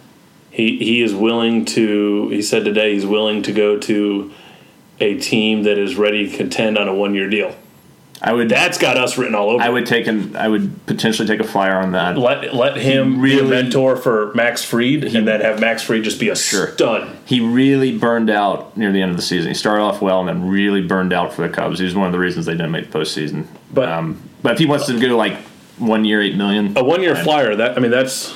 [SPEAKER 2] He he is willing to. He said today he's willing to go to a team that is ready to contend on a one year deal.
[SPEAKER 3] I would
[SPEAKER 2] That's got us written all over.
[SPEAKER 3] I would take an I would potentially take a flyer on that.
[SPEAKER 2] let let him be
[SPEAKER 3] really-
[SPEAKER 2] a mentor for Max Freed, and then have Max Freed just be a
[SPEAKER 3] Sure.
[SPEAKER 2] stud.
[SPEAKER 3] He really burned out near the end of the season. He started off well and then really burned out for the Cubs. He was one of the reasons they didn't make the postseason.
[SPEAKER 2] But-
[SPEAKER 3] um, but if he wants to go like one year, eight million,
[SPEAKER 2] A one year flyer. That I mean, that's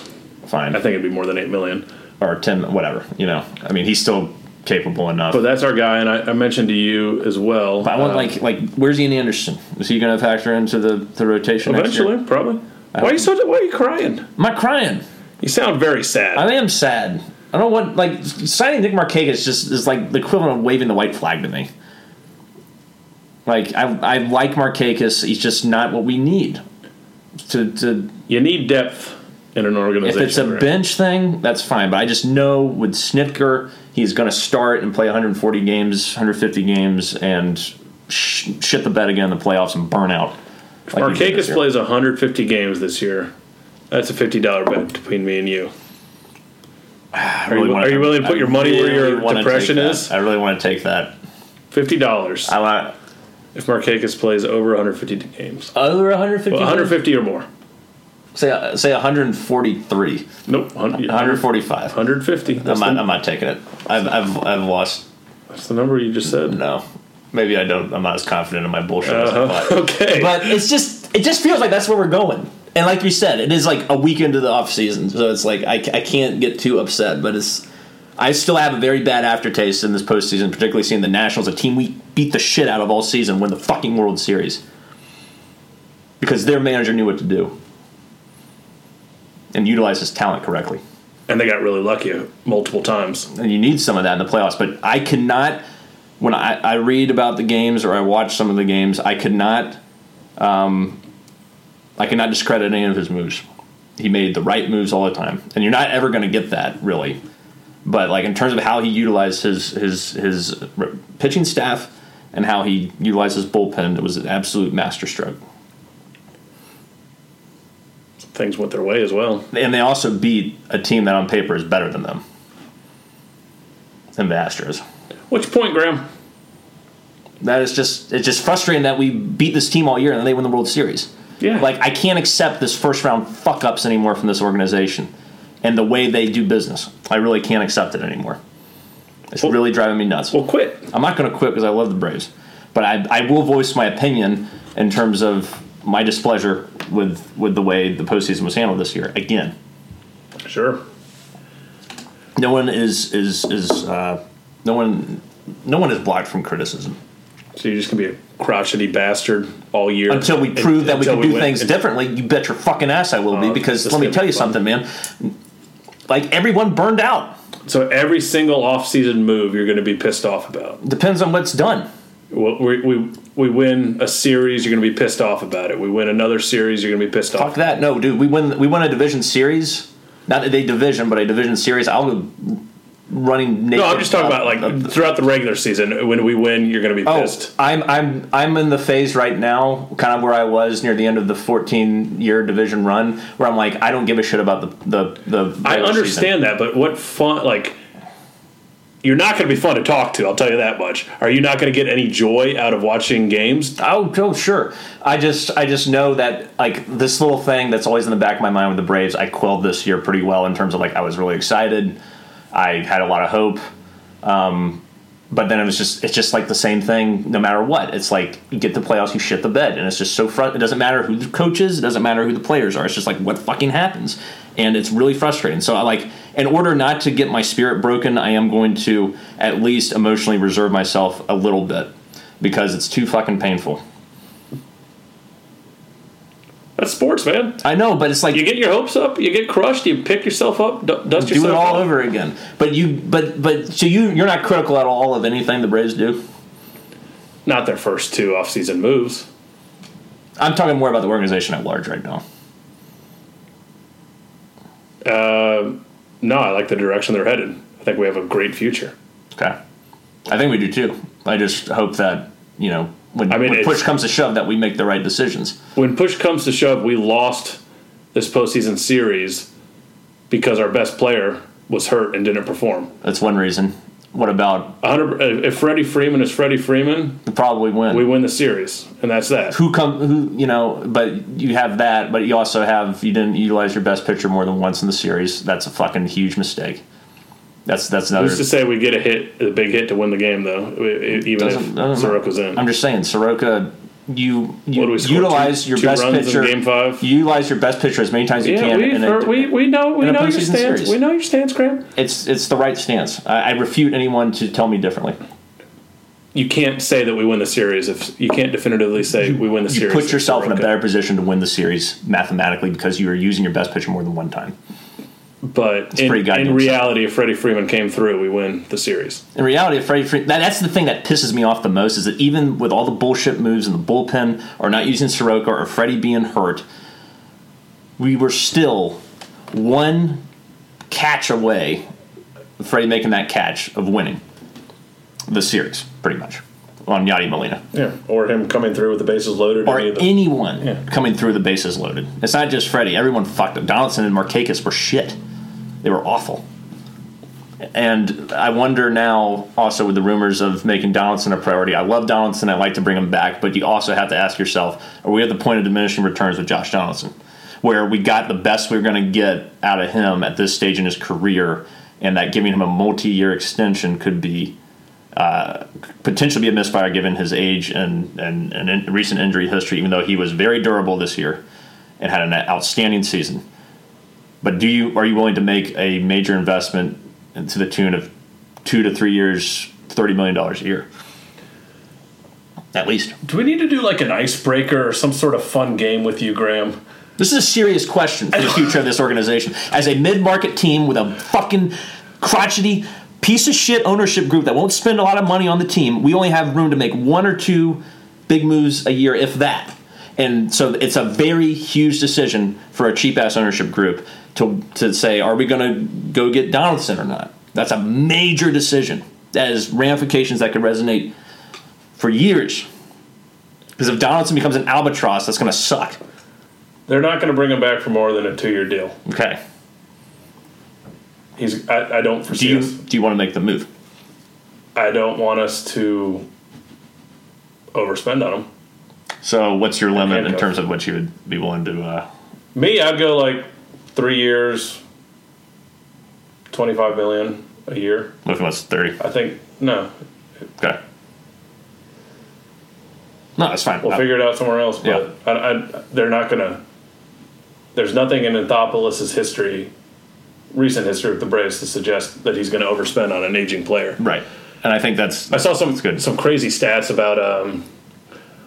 [SPEAKER 3] fine,
[SPEAKER 2] Oh, I think it'd be more than eight million.
[SPEAKER 3] or ten, whatever. You know, I mean, he's still capable enough.
[SPEAKER 2] But that's our guy, and I, I mentioned to you as well.
[SPEAKER 3] But I want
[SPEAKER 2] uh,
[SPEAKER 3] like like where's Ian Anderson? Is he going to factor into the the rotation Next year?
[SPEAKER 2] eventually, probably. Why are you so? Why are you crying?
[SPEAKER 3] I'm not crying.
[SPEAKER 2] You sound very sad.
[SPEAKER 3] I am sad. I don't want like signing Nick Markakis just is like the equivalent of waving the white flag to me. Like I I like Markakis. He's just not what we need. To to
[SPEAKER 2] you need depth in an
[SPEAKER 3] if
[SPEAKER 2] organization.
[SPEAKER 3] it's a
[SPEAKER 2] Graham.
[SPEAKER 3] bench thing, that's fine. But I just know with Snitker, he's going to start and play 140 games, 150 games, and sh- shit the bed again in the playoffs and burn out. Like he did this
[SPEAKER 2] Arcakis
[SPEAKER 3] year.
[SPEAKER 2] plays 150 games this year. That's a $50 bet between me and you. Are,
[SPEAKER 3] really
[SPEAKER 2] you,
[SPEAKER 3] wanna-
[SPEAKER 2] are you willing to put
[SPEAKER 3] I
[SPEAKER 2] your money where
[SPEAKER 3] really
[SPEAKER 2] your
[SPEAKER 3] wanna
[SPEAKER 2] depression
[SPEAKER 3] take that.
[SPEAKER 2] is?
[SPEAKER 3] I really want to take that.
[SPEAKER 2] $50
[SPEAKER 3] I want
[SPEAKER 2] if Marcakis plays over 150 games.
[SPEAKER 3] over 150.
[SPEAKER 2] Well, 150 or more.
[SPEAKER 3] Say uh, say 143,
[SPEAKER 2] Nope. 100,
[SPEAKER 3] 145.
[SPEAKER 2] 150.
[SPEAKER 3] I'm
[SPEAKER 2] That's,
[SPEAKER 3] not,
[SPEAKER 2] the,
[SPEAKER 3] I'm not taking it. I've, I've I've lost.
[SPEAKER 2] that's the number you just said.
[SPEAKER 3] No, maybe I don't. I'm not as confident in my bullshit as I
[SPEAKER 2] Uh-huh.
[SPEAKER 3] thought.
[SPEAKER 2] Okay.
[SPEAKER 3] But it's just it just feels like that's where we're going. And like you said, it is like a week into the off season, so it's like I, I can't get too upset. But it's I still have a very bad aftertaste in this postseason, particularly seeing the Nationals, a team we beat the shit out of all season, win the fucking World Series because their manager knew what to do and utilized his talent correctly
[SPEAKER 2] and they got really lucky multiple times.
[SPEAKER 3] and you need some of that in the playoffs. But I cannot, when I, I read about the games or I watch some of the games, I could not, um, I cannot discredit any of his moves. He made the right moves all the time, and you're not ever going to get that really. But like in terms of how he utilized his his his r- pitching staff and how he utilized his bullpen, it was an absolute masterstroke.
[SPEAKER 2] Things went their way as well.
[SPEAKER 3] And they also beat a team that on paper is better than them, and the Astros.
[SPEAKER 2] What's your point, Graham?
[SPEAKER 3] That is just it's just frustrating that we beat this team all year and then they win the World Series.
[SPEAKER 2] Yeah.
[SPEAKER 3] Like I can't accept this first round fuck ups anymore from this organization and the way they do business. I really can't accept it anymore. It's
[SPEAKER 2] Well-
[SPEAKER 3] really driving me nuts.
[SPEAKER 2] Well, quit.
[SPEAKER 3] I'm not going to quit because I love the Braves, but I, I will voice my opinion in terms of my displeasure with with the way the postseason was handled this year. Again,
[SPEAKER 2] Sure.
[SPEAKER 3] no one is is is uh, no one no one is blocked from criticism.
[SPEAKER 2] So you're just gonna be a crotchety bastard all year
[SPEAKER 3] until we
[SPEAKER 2] And-
[SPEAKER 3] prove that we
[SPEAKER 2] until
[SPEAKER 3] can do
[SPEAKER 2] win.
[SPEAKER 3] things
[SPEAKER 2] And-
[SPEAKER 3] differently, you bet your fucking ass I will be.
[SPEAKER 2] Uh,
[SPEAKER 3] Because
[SPEAKER 2] this
[SPEAKER 3] let me
[SPEAKER 2] gonna
[SPEAKER 3] tell
[SPEAKER 2] be
[SPEAKER 3] you
[SPEAKER 2] fun.
[SPEAKER 3] something, man. Like everyone burned out.
[SPEAKER 2] So every single offseason move you're going to be pissed off about.
[SPEAKER 3] Depends on what's done.
[SPEAKER 2] Well, We, we, we win a series, you're going to be pissed off about it. We win another series, you're going to be pissed
[SPEAKER 3] Fuck
[SPEAKER 2] off.
[SPEAKER 3] that. No, dude, we win. We won a division series. Not a division, but a division series. I'll go running. Naked
[SPEAKER 2] No, I'm just talking about like throughout the regular season. When we win, you're going to be
[SPEAKER 3] Oh,
[SPEAKER 2] pissed.
[SPEAKER 3] I'm I'm I'm in the phase right now, kind of where I was near the end of the 14 year division run, where I'm like, I don't give a shit about the the. the
[SPEAKER 2] I
[SPEAKER 3] regular season.
[SPEAKER 2] understand that, but what fun, like, you're not going to be fun to talk to, I'll tell you that much. Are you not going to get any joy out of watching games?
[SPEAKER 3] Oh, oh, sure. I just, I just know that like this little thing that's always in the back of my mind with the Braves, I quelled this year pretty well in terms of like I was really excited. I had a lot of hope. Um, But then it was just it's just like the same thing no matter what. It's like you get the playoffs, you shit the bed, and it's just so front. It doesn't matter who the coach is, it doesn't matter who the players are. It's just like what fucking happens, and it's really frustrating. So I like in order not to get my spirit broken, I am going to at least emotionally reserve myself a little bit because it's too fucking painful.
[SPEAKER 2] That's sports, man.
[SPEAKER 3] I know, but it's like
[SPEAKER 2] You get your hopes up, you get crushed, you pick yourself up, du- dust
[SPEAKER 3] do it
[SPEAKER 2] yourself
[SPEAKER 3] all
[SPEAKER 2] off.
[SPEAKER 3] over again. But you, but but so you, you're not critical at all of anything the Braves do.
[SPEAKER 2] Not their first two offseason moves.
[SPEAKER 3] I'm talking more about the organization at large right now.
[SPEAKER 2] No, I like the direction they're headed. I think we have a great future.
[SPEAKER 3] Okay, I think we do too. I just hope that you know when,
[SPEAKER 2] I mean,
[SPEAKER 3] when
[SPEAKER 2] it's-
[SPEAKER 3] push comes to shove that we make the right decisions.
[SPEAKER 2] When push comes to shove, we lost this postseason series because our best player was hurt and didn't perform.
[SPEAKER 3] That's one reason. What about
[SPEAKER 2] 100, if Freddie Freeman is Freddie Freeman,
[SPEAKER 3] the probably win?
[SPEAKER 2] we win the series, and that's that.
[SPEAKER 3] who come who you know? But you have that, but you also have you didn't utilize your best pitcher more than once in the series. That's a fucking huge mistake. That's that's another.
[SPEAKER 2] Who's to say we get a hit, a big hit to win the game, though, e- e- even
[SPEAKER 3] Doesn't- doesn't-
[SPEAKER 2] if Soroka's in.
[SPEAKER 3] I'm just saying, Soroka, you,
[SPEAKER 2] What do
[SPEAKER 3] you
[SPEAKER 2] we score,
[SPEAKER 3] utilize
[SPEAKER 2] two-
[SPEAKER 3] your
[SPEAKER 2] two
[SPEAKER 3] best
[SPEAKER 2] runs in
[SPEAKER 3] pitcher.
[SPEAKER 2] game five?
[SPEAKER 3] You utilize your best pitcher as many times as you
[SPEAKER 2] yeah,
[SPEAKER 3] can.
[SPEAKER 2] we've
[SPEAKER 3] and
[SPEAKER 2] heard,
[SPEAKER 3] it-
[SPEAKER 2] we, we know, we
[SPEAKER 3] in a
[SPEAKER 2] know your
[SPEAKER 3] postseason
[SPEAKER 2] stance.
[SPEAKER 3] series.
[SPEAKER 2] We know your stance, Graham.
[SPEAKER 3] it's it's the right stance. I, I refute anyone to tell me differently.
[SPEAKER 2] You can't say that we win the series if you can't definitively say we win the
[SPEAKER 3] You
[SPEAKER 2] series.
[SPEAKER 3] put
[SPEAKER 2] if
[SPEAKER 3] yourself in a
[SPEAKER 2] Soroka-
[SPEAKER 3] better position to win the series mathematically because you are using your best pitcher more than one time.
[SPEAKER 2] But in,
[SPEAKER 3] pretty goddamn
[SPEAKER 2] in reality, if Freddie Freeman came through, we win the series.
[SPEAKER 3] In reality, Freddie Fre- that, that's the thing that pisses me off the most is that even with all the bullshit moves in the bullpen or not using Soroka or Freddie being hurt, we were still one catch away, Freddie making that catch of winning the series, pretty much, on Yadi Molina.
[SPEAKER 2] Yeah, or him coming through with the bases loaded.
[SPEAKER 3] Or anyone coming through the bases loaded. It's not just Freddie. Everyone fucked up. Donaldson and Markakis were shit. They were awful. And I wonder now, also with the rumors of making Donaldson a priority. I love Donaldson. I like to bring him back, but you also have to ask yourself: Are we at the point of diminishing returns with Josh Donaldson, where we got the best we were going to get out of him at this stage in his career, and that giving him a multi-year extension could be uh, potentially be a misfire given his age and and, and in recent injury history. Even though he was very durable this year and had an outstanding season, but do you are you willing to make a major investment to the tune of two to three years, thirty million dollars a year? At least
[SPEAKER 2] Do we need to do like an icebreaker or some sort of fun game with you, Graham?
[SPEAKER 3] this is a serious question for the future of this organization. As a mid-market team with a fucking crotchety piece of shit ownership group that won't spend a lot of money on the team, we only have room to make one or two big moves a year, if that. And so it's a very huge decision for a cheap ass ownership group to to say, are we going to go get Donaldson or not? That's a major decision. That is ramifications that could resonate for years. Because if Donaldson becomes an albatross, that's going to suck.
[SPEAKER 2] They're not going to bring him back for more than a two-year deal.
[SPEAKER 3] Okay.
[SPEAKER 2] He's. I, I don't
[SPEAKER 3] Do
[SPEAKER 2] foresee
[SPEAKER 3] you
[SPEAKER 2] us.
[SPEAKER 3] do you want to make the move?
[SPEAKER 2] I don't want us to overspend on him.
[SPEAKER 3] So what's your limit in
[SPEAKER 2] Handcuff.
[SPEAKER 3] terms of what you would be willing to? Uh,
[SPEAKER 2] Me, I'd go like three years, twenty-five million a year.
[SPEAKER 3] what if it was thirty?
[SPEAKER 2] I think no,
[SPEAKER 3] Okay. No, that's fine.
[SPEAKER 2] we'll
[SPEAKER 3] Uh,
[SPEAKER 2] figure it out somewhere else.
[SPEAKER 3] Yeah.
[SPEAKER 2] But I, I, they're not gonna. There's nothing in Anthopoulos' history, recent history with the Braves, to suggest that he's going to overspend on an aging player.
[SPEAKER 3] right, and I think that's
[SPEAKER 2] I saw some
[SPEAKER 3] good.
[SPEAKER 2] some crazy stats about um,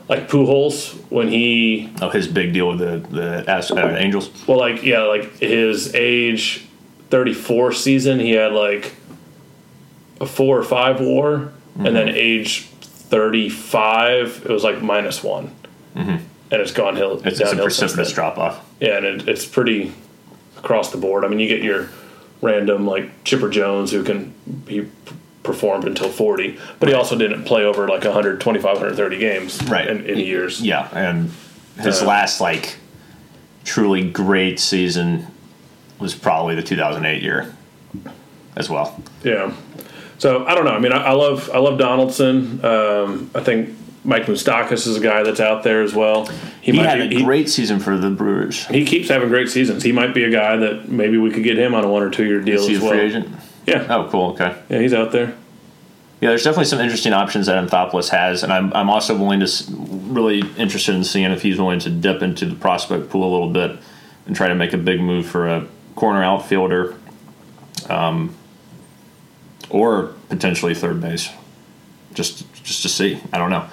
[SPEAKER 2] like Pujols when he
[SPEAKER 3] oh, his big deal with the the Ast- uh, Angels.
[SPEAKER 2] Well, like yeah, like his age, thirty four season, he had like a four or five WAR, and then
[SPEAKER 3] Mm-hmm.
[SPEAKER 2] age thirty five, it was like minus one, and it's gone hill.
[SPEAKER 3] Mm-hmm. It's, it's a
[SPEAKER 2] downhill since
[SPEAKER 3] precipitous
[SPEAKER 2] then.
[SPEAKER 3] drop off.
[SPEAKER 2] Yeah, and it, it's pretty across the board. I mean, you get your random like Chipper Jones who can he p- performed until 40 but he also didn't play over like 125 130 games
[SPEAKER 3] Right.
[SPEAKER 2] in, in years
[SPEAKER 3] Yeah, and his
[SPEAKER 2] Uh,
[SPEAKER 3] last like truly great season was probably the 2008 year as well.
[SPEAKER 2] Yeah. So I don't know. I mean, I, I love I love Donaldson. Um, I think Mike Moustakis is a guy that's out there as well.
[SPEAKER 3] He
[SPEAKER 2] might
[SPEAKER 3] had
[SPEAKER 2] be-
[SPEAKER 3] a great season for the Brewers.
[SPEAKER 2] He, he keeps having great seasons. He might be a guy that maybe we could get him on a one or two year deal
[SPEAKER 3] Is he a
[SPEAKER 2] as well.
[SPEAKER 3] free agent?
[SPEAKER 2] Yeah.
[SPEAKER 3] Oh, cool. Okay.
[SPEAKER 2] Yeah, he's out there.
[SPEAKER 3] Yeah, there's definitely some interesting options that Anthopoulos has, and I'm, I'm also willing to s- really interested in seeing if he's willing to dip into the prospect pool a little bit and try to make a big move for a corner outfielder, um, or potentially third base, just just to see. I don't know,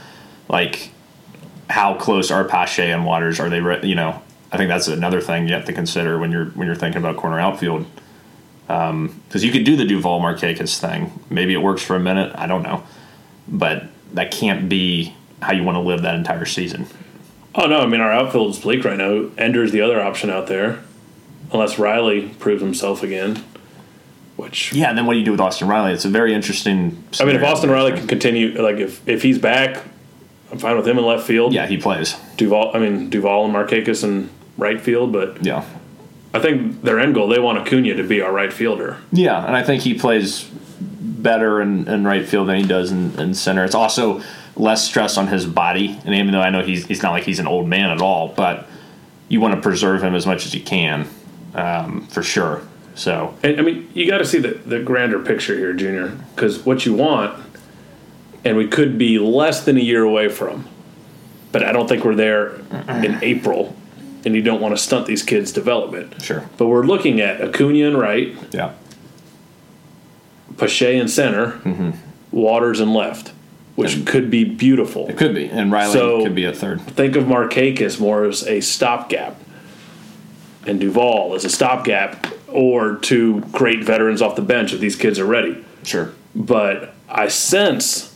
[SPEAKER 3] like how close are Pache and Waters? Are they re- you know? I think that's another thing you have to consider when you're when you're thinking about corner outfield because you could do the Duval Marquez thing. Maybe it works for a minute. I don't know, but that can't be how you want to live that entire season.
[SPEAKER 2] Oh no, I mean our outfield's bleak right now. Ender's the other option out there, unless Riley proves himself again. Which
[SPEAKER 3] Yeah, and then what do you do with Austin Riley? It's a very interesting.
[SPEAKER 2] I mean, if
[SPEAKER 3] scenario.
[SPEAKER 2] Austin Riley can continue, like if if he's back, I'm fine with him in left field.
[SPEAKER 3] yeah, he plays.
[SPEAKER 2] Duval. I mean Duval and Marquez in right field, but
[SPEAKER 3] Yeah,
[SPEAKER 2] I think their end goal they want Acuna to be our right fielder.
[SPEAKER 3] yeah, and I think he plays better in, in right field than he does in, in center. It's also less stress on his body, and even though I know he's he's not like he's an old man at all, but you want to preserve him as much as you can, um, for sure. So
[SPEAKER 2] And, I mean, you got to see the, the grander picture here, Junior, because what you want, and we could be less than a year away from, but I don't think we're there in April, and you don't want to stunt these kids' development.
[SPEAKER 3] sure,
[SPEAKER 2] But we're looking at Acuna and right,
[SPEAKER 3] yeah.
[SPEAKER 2] Pache and center, Waters and left, which could be beautiful.
[SPEAKER 3] It could be, and Riley
[SPEAKER 2] So-
[SPEAKER 3] could be a third.
[SPEAKER 2] Think of Marquez more as a stopgap, and Duvall as a stopgap, or two great veterans off the bench if these kids are ready.
[SPEAKER 3] Sure.
[SPEAKER 2] but I sense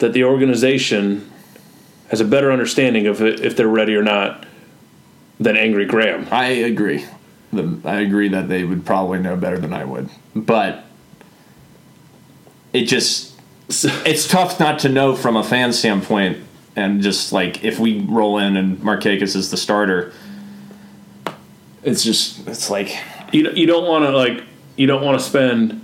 [SPEAKER 2] that the organization has a better understanding of it, if they're ready or not than Angry Graham.
[SPEAKER 3] I agree. The, I agree that they would probably know better than I would. But it just
[SPEAKER 2] So-
[SPEAKER 3] it's tough not to know from a fan standpoint and just like if we roll in and Marquez is the starter it's just it's like
[SPEAKER 2] You you don't want to like you don't want to spend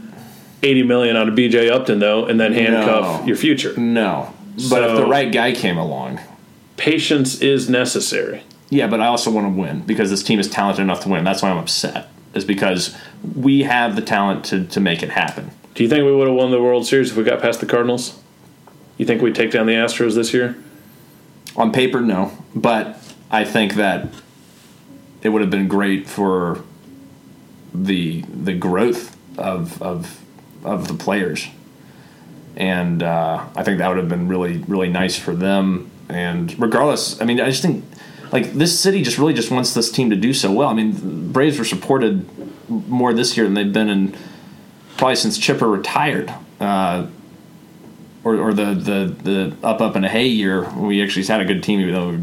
[SPEAKER 2] eighty million on a BJ Upton though, and then handcuff
[SPEAKER 3] No.
[SPEAKER 2] your future.
[SPEAKER 3] no. But if the
[SPEAKER 2] So-
[SPEAKER 3] right guy came along.
[SPEAKER 2] Patience is necessary.
[SPEAKER 3] Yeah, but I also want to win because this team is talented enough to win. That's why I'm upset. Is because we have the talent to, to make it happen.
[SPEAKER 2] Do you think we would have won the World Series if we got past the Cardinals? You think we take down the Astros this year?
[SPEAKER 3] On paper, no. But I think that it would have been great for the the growth of of of the players, and uh, I think that would have been really really nice for them. And regardless, I mean, I just think like this city just really just wants this team to do so well. I mean, the Braves were supported more this year than they've been in probably since Chipper retired or, or the, the, the up up in a hay year when we actually had a good team even though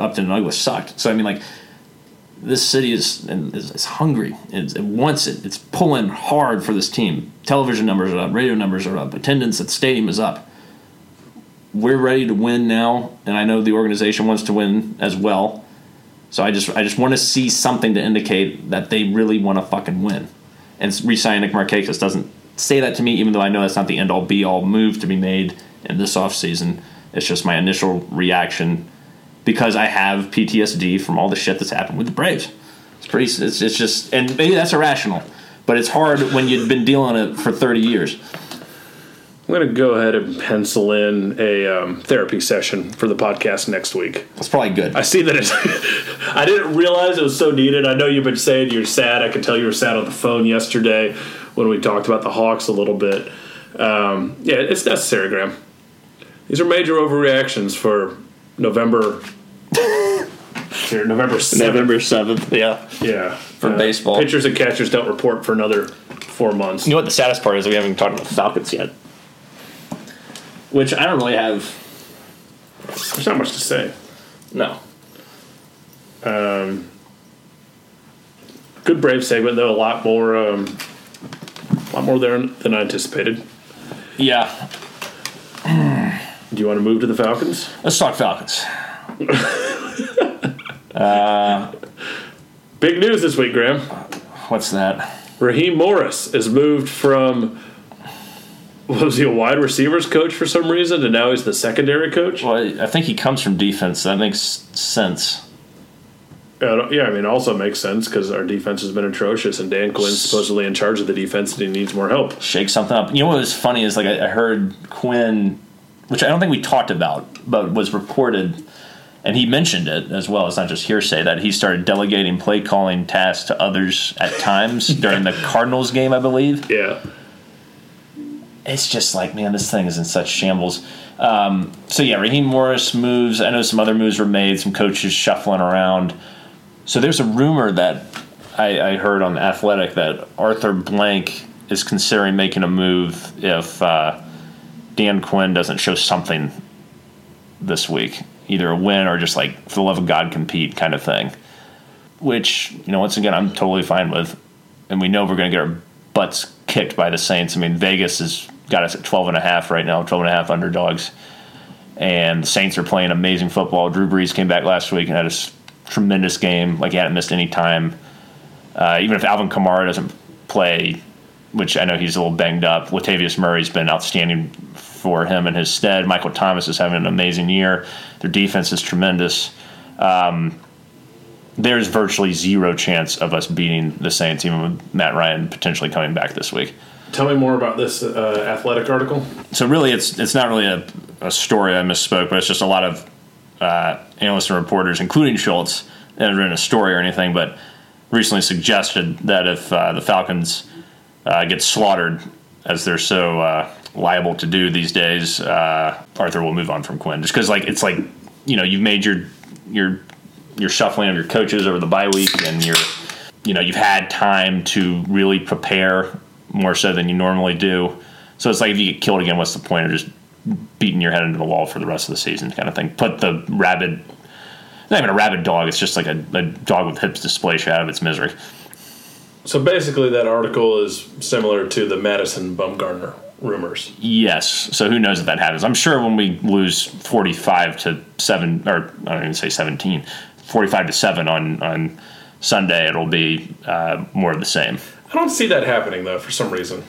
[SPEAKER 3] Upton and Douglas sucked. So I mean like this city is and is, is hungry. It's, it wants it. It's pulling hard for this team. Television numbers are up. Radio numbers are up. Attendance at the stadium is up. We're ready to win now, and I know the organization wants to win as well. So I just I just want to see something to indicate that they really want to fucking win. And re-signing Nick Markakis doesn't say that to me, even though I know that's not the end all be all move to be made in this offseason. It's just my initial reaction because I have PTSD from all the shit that's happened with the Braves. It's pretty. It's, it's just, and maybe that's irrational, but it's hard when you've been dealing it for thirty years.
[SPEAKER 2] I'm going to go ahead and pencil in a um, therapy session for the podcast next week.
[SPEAKER 3] That's probably good.
[SPEAKER 2] I see that it's. I didn't realize it was so needed. I know you've been saying you're sad. I could tell you were sad on the phone yesterday when we talked about the Hawks a little bit. Um, yeah, it's necessary, Graham. These are major overreactions for November. Here, November 7th.
[SPEAKER 1] November 7th, yeah.
[SPEAKER 2] Yeah. For
[SPEAKER 3] baseball.
[SPEAKER 2] Pitchers and catchers don't report for another four months,
[SPEAKER 1] You know what the saddest part is? We haven't talked about the Falcons yet.
[SPEAKER 3] which I don't really have.
[SPEAKER 2] there's not much to say.
[SPEAKER 3] No.
[SPEAKER 2] Good Brave segment, though. A lot more. Um, a lot more there than I anticipated.
[SPEAKER 3] Yeah.
[SPEAKER 2] Do you want to move to the Falcons?
[SPEAKER 3] Let's talk Falcons.
[SPEAKER 2] Big news this week, Graham.
[SPEAKER 3] What's that?
[SPEAKER 2] Raheem Morris is moved from was he a wide receivers coach for some reason, and now he's the secondary coach.
[SPEAKER 3] Well, I think he comes from defense. That makes sense.
[SPEAKER 2] Uh, yeah, I mean, it also makes sense because our defense has been atrocious, and Dan Quinn's supposedly in charge of the defense, and he needs more help.
[SPEAKER 3] shake something up. You know what was funny is like I, I heard Quinn, which I don't think we talked about, but was reported, and he mentioned it as well. It's not just hearsay that he started delegating play calling tasks to others at times during the Cardinals game, I believe.
[SPEAKER 2] Yeah,
[SPEAKER 3] It's just like man, this thing is in such shambles. Um, so yeah, Raheem Morris moves. I know some other moves were made. Some coaches shuffling around. So there's a rumor that I, I heard on Athletic that Arthur Blank is considering making a move if uh, Dan Quinn doesn't show something this week, either a win or just like for the love of God compete kind of thing. Which you know, once again, I'm totally fine with, and we know we're going to get our butts kicked by the Saints. I mean, Vegas has got us at 12 and a half right now, 12 and a half underdogs, and the Saints are playing amazing football. Drew Brees came back last week and had a s- tremendous game. Like he hadn't missed any time. Uh, even if Alvin Kamara doesn't play, which I know he's a little banged up, Latavius Murray's been outstanding for him in his stead. Michael Thomas is having an amazing year. Their defense is tremendous. Um, there's virtually zero chance of us beating the Saints, even with Matt Ryan potentially coming back this week.
[SPEAKER 2] tell me more about this uh, athletic article.
[SPEAKER 3] So really, it's it's not really a, a story I misspoke, but it's just a lot of uh, analysts and reporters, including Schultz, that have written a story or anything, but recently suggested that if uh, the Falcons uh, get slaughtered, as they're so uh, liable to do these days, uh, Arthur will move on from Quinn, just because like it's like you know you've made your your your shuffling of your coaches over the bye week, and you're you know you've had time to really prepare more so than you normally do. So it's like if you get killed again, what's the point of just beating your head into the wall for the rest of the season, kind of thing? Put the rabid, not even a rabid dog. It's just like a, a dog with hips dysplasia out of its misery.
[SPEAKER 2] So basically, that article is similar to the Madison Bumgarner rumors.
[SPEAKER 3] Yes. So who knows if that happens? I'm sure when we lose 45 to 7, or I don't even say 17, 45 to 7 on, on Sunday, it'll be uh, more of the same.
[SPEAKER 2] I don't see that happening though, for some reason.